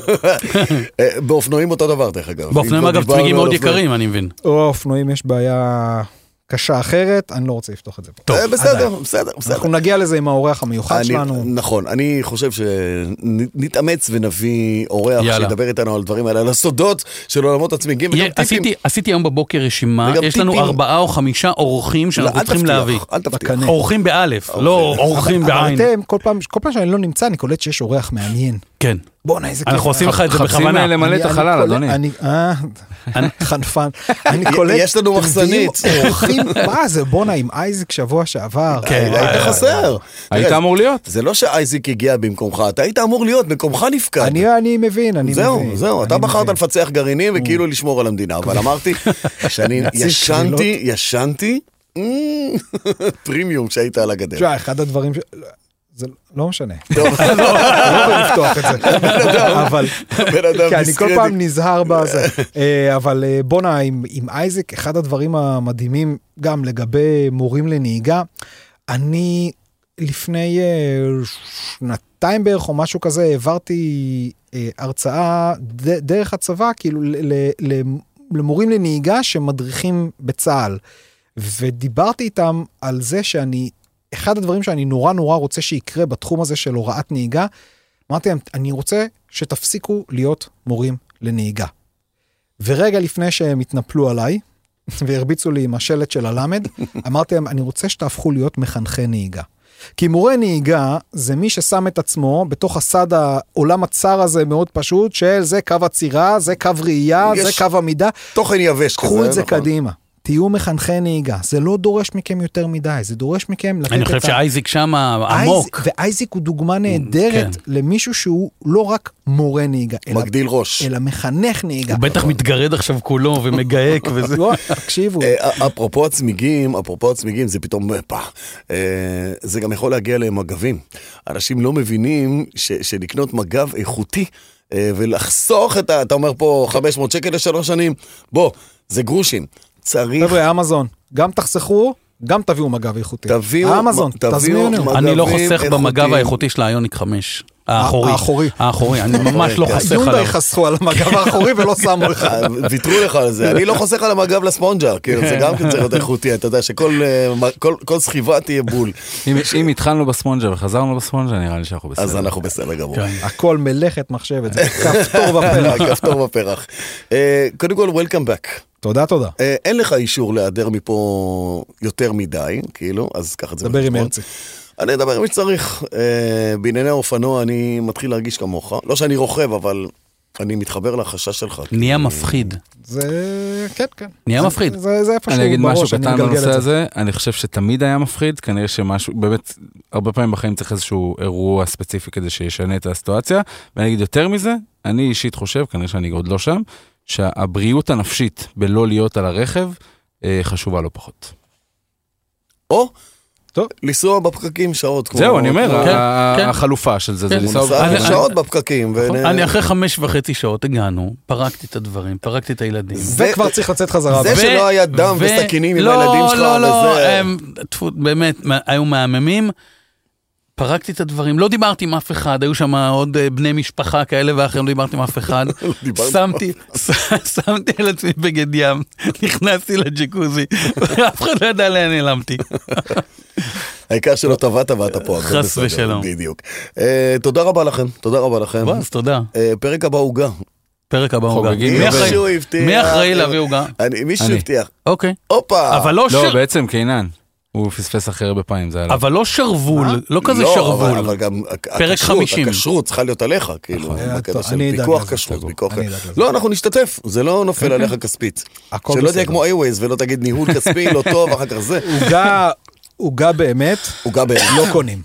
C: כן.
A: אה, באופנועים אותו דבר, דרך אגב. אם
B: באופנועים
A: כבר לא
B: אגב
A: דיברנו
B: צמיגים
A: על
B: מאוד
A: אופנועים.
B: יקרים, אני מבין.
C: או אופנועים יש בעיה קשה אחרת, אני לא רוצה לפתוח את זה פה.
B: טוב,
A: אה, בסדר, בסדר, בסדר.
C: אנחנו נגיע לזה עם האורח המיוחד
A: אני-
C: שלנו.
A: נכון, אני חושב שנתאמץ ונביא אורח
B: יאללה.
A: שידבר איתנו על הדברים האלה, על הסודות של עולמות הצמיגים וגם
B: יהיה-
A: טיפים.
B: עשיתי- עשיתי היום בבוקר רשימה,
A: וגם
B: יש לנו
A: טיפים.
B: ארבעה או חמישה אורחים
A: לא,
B: שאנחנו
A: אל
B: צריכים
A: תבטיח,
B: להביא.
A: אל תבטיח. אוקיי,
C: בקנה.
B: אורחים באלף, לא אורחים
C: אבל
B: בעין.
C: אתם, כל פעם, כל פעם שאני לא נמצא, אני קולט שיש אורח מעניין.
B: כן.
C: בואנה, איזה כיף.
B: אנחנו עושים לך את זה
D: חפשים
B: בכוונה.
D: למלא
C: אני-
D: את
C: אני
D: החלל,
C: קולט-
D: אדוני.
C: אני, אה, חנפן. אני קולט...
A: יש לנו
C: אתם מביאים
A: מחסנית.
C: אורחים, מה זה, בואנה, עם אייזק שבוע שעבר.
B: כן,
C: אה,
A: היית חסר.
D: היית
A: תראה,
D: אמור להיות.
A: זה לא שאייזיק הגיע במקומך, אתה היית אמור להיות, מקומך נפקד.
C: אני אני מבין, אני מבין.
A: זהו, זהו, אתה
C: אני
A: בחרת
C: מבין.
A: לפצח גרעינים וכאילו לשמור על המדינה, אבל אמרתי שאני
C: להציג
A: ישנתי, ישנתי, אמ, פרימיום שהיית על הגדר.
C: תשמע, אחד הדברים ש... זה לא משנה. לא יכול לפתוח את זה.
A: לא,
C: אבל...
A: בן אדם
C: כי כן, אני כל
A: דיסקרטי.
C: פעם נזהר בזה. אה, אבל אה, בואנה, עם עם אייזק, אחד הדברים המדהימים גם לגבי מורים לנהיגה, אני לפני אה, שנתיים בערך או משהו כזה העברתי אה, הרצאה ד- דרך הצבא, כאילו ל- ל- ל- למורים לנהיגה שמדריכים בצה"ל. ודיברתי איתם על זה שאני, אחד הדברים שאני נורא נורא רוצה שיקרה בתחום הזה של הוראת נהיגה, אמרתי להם, אני רוצה שתפסיקו להיות מורים לנהיגה. ורגע לפני שהם התנפלו עליי, והרביצו לי עם השלט של הלמד, אמרתי להם, אני רוצה שתהפכו להיות מחנכי נהיגה. כי מורה נהיגה זה מי ששם את עצמו בתוך הסד העולם הצר הזה מאוד פשוט, של זה קו עצירה, זה קו ראייה,
A: יש-
C: זה קו עמידה,
A: תוכן יבש כזה.
C: קחו את זה
A: נכון.
C: קדימה. תהיו מחנכי נהיגה, זה לא דורש מכם יותר מדי, זה דורש מכם לתת את ה...
B: אני חושב שאייזיק שם עמוק.
C: אייז- ואייזיק הוא דוגמה נהדרת
B: כן.
C: למישהו שהוא לא רק מורה נהיגה, אלא,
A: מגדיל ראש.
C: אלא מחנך נהיגה.
B: הוא בטח מתגרד עכשיו כולו ומגהק וזה.
C: לא, תקשיבו,
A: אה, אפרופו הצמיגים, אפרופו הצמיגים, זה פתאום, אה, פח. אה, זה גם יכול להגיע למגבים. אנשים לא מבינים ש- שלקנות מגב איכותי אה, ולחסוך את ה... אתה אומר פה 500 שקל לשלוש שנים, בוא, זה גרושים. צריך
C: חבר'ה, אמזון, גם תחסכו, גם תביאו מג"ב איכותי.
A: תביאו-
C: אמזון,
A: תביאו
C: תזמינו.
A: מג"ב.
B: אני לא
A: מגבים
B: חוסך במגב
A: איכותיים.
B: האיכותי של האיוניק 5. האחורי.
C: האחורי.
B: האחורי, אני ממש
A: אוקיי,
B: לא חוסך עליו.
C: יונדאי חסכו על המג"ב האחורי ולא שמו לך.
A: אה, ויתרו לך על זה, אני לא חוסך על המגב לספונג'ה, כאילו זה גם כן צריך להיות איכותי, אתה יודע שכל אה, מ- כל- כל סחיבה תהיה בול,
D: אם- אם התחלנו בספונג'ה וחזרנו בספונג'ה, נראה לי שאנחנו
A: אז
D: בסדר. כן.
A: אנחנו בסדר גמור.
C: הכל מלאכת מחשבת, זה כפתור בפרק.
A: כפתור בפרח. אה, קודם כל, Welcome back.
C: תודה, תודה.
A: אה, אין לך אישור להיעדר מפה יותר מדי, כאילו, אז קח את זה
C: דבר עם
A: בחשבון.
C: הרצי.
A: אני אדבר עם מי שצריך. אה, בענייני האופנוע אני מתחיל להרגיש כמוך. לא שאני רוכב, אבל אני מתחבר לחשש שלך.
B: נהיה מפחיד.
C: זה... כן, כן.
B: נהיה
C: זה-
B: מפחיד.
C: זה זה איפשהו
D: אני אגיד משהו
C: בראש, אני
D: קטן
C: מגלגל
D: בנושא
C: את זה.
D: הזה, אני חושב שתמיד היה מפחיד, כנראה שמשהו, באמת, הרבה פעמים בחיים צריך איזשהו אירוע ספציפי כדי שישנה את הסיטואציה, ואני אגיד יותר מזה, אני אישית חושב, כנראה שאני עוד לא שם, שהבריאות הנפשית בלא להיות על הרכב, אה, חשובה לא פחות.
A: או
C: טוב.
A: לנסוע בפקקים שעות. כמו-
D: זהו, אני אומר, אה,
A: כמו-
B: כן,
D: ה-
B: כן.
D: החלופה של זה, זה
B: כן.
A: הוא
D: לנסוע...
A: נסע
B: אני- נכון.
A: שעות בפקקים. ונ-
B: אני אחרי חמש וחצי שעות הגענו, פרקתי את הדברים, פרקתי את הילדים.
A: זה-
C: וכבר צריך לצאת חזרה.
A: זה
C: הביתה.
B: ו-
A: שלא היה דם
B: ו-
A: וסכינים עם
B: לא,
A: הילדים שלך,
B: לא, לא,
A: וזה-
B: הם- טפו, באמת, מה- היו מהממים. פרקתי את הדברים, לא דיברתי עם אף אחד, היו שם עוד אה, בני משפחה כאלה ואחרים, לא דיברתי עם אף אחד.
A: דיברנו.
B: שמתי, ש- שמתי על עצמי בגד ים, נכנסתי לג'קוזי, ואף אחד לא ידע לאן נעלמתי.
A: העיקר שלא טבעת ואתה פה. הכל
B: חס
A: בסדר,
B: ושלום.
A: בדיוק. אה, תודה רבה לכם, תודה רבה לכם.
B: בוא, אז תודה.
A: אה, פרק הבא עוגה.
B: פרק הבא עוגה.
D: חוגגים
B: מי
D: יום
B: אחראי-
A: מישהו הבטיח.
B: מי אחראי להביא עוגה?
A: אני, מישהו
D: אני.
A: הבטיח.
B: אוקיי.
A: הופה!
B: אבל לא
D: לא,
B: שר-
D: בעצם קינן, הוא פספס אחרי הרבה פעמים, זה היה... לו.
B: אבל לא שרוול, לא כזה
A: לא, אבל,
B: שרוול.
A: אבל גם
B: פרק נכון. אה,
A: הכשרות,
B: 50.
A: הכשרות צריכה להיות עליך, כאילו, בקטע
C: טוב,
A: של
C: אני אדאג
A: פיקוח
C: לזה,
A: כשרות,
C: טוב,
A: פיקוח...
C: אני אדאג לזה.
A: לא, אנחנו נשתתף, זה לא נופל
B: אוקיי.
A: עליך כספית.
C: הכל
A: שלא תהיה
C: בסדר.
A: כמו אייווייז ולא תגיד ניהול כספי לא טוב, אחר כך זה.
C: עוגה, עוגה באמת,
A: עוגה בערך.
C: לא קונים.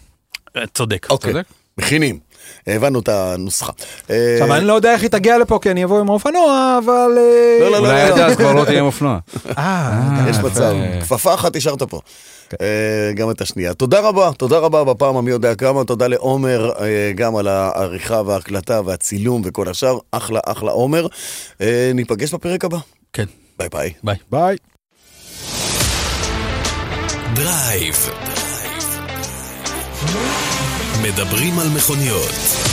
B: אה, צודק.
A: אוקיי,
D: צודק.
A: מכינים. הבנו את הנוסחה. אה,
C: עכשיו, אני לא יודע איך היא תגיע לפה, כי אני אבוא עם האופנוע, אבל... אה,
A: לא, לא,
D: אולי עד אז כבר לא תהיה עם אופנוע.
C: אה,
A: יש
D: אה,
A: מצב,
D: יפה.
A: כפפה אחת השארת פה. אה, גם את השנייה. תודה רבה, תודה רבה בפעם המי יודע כמה, תודה לעומר אה, גם על העריכה וההקלטה והצילום וכל השאר, אחלה אחלה עומר. אה, ניפגש בפרק הבא.
B: כן.
A: ביי ביי.
F: ביי.
C: ביי.
B: דרייב. מדברים על מכוניות.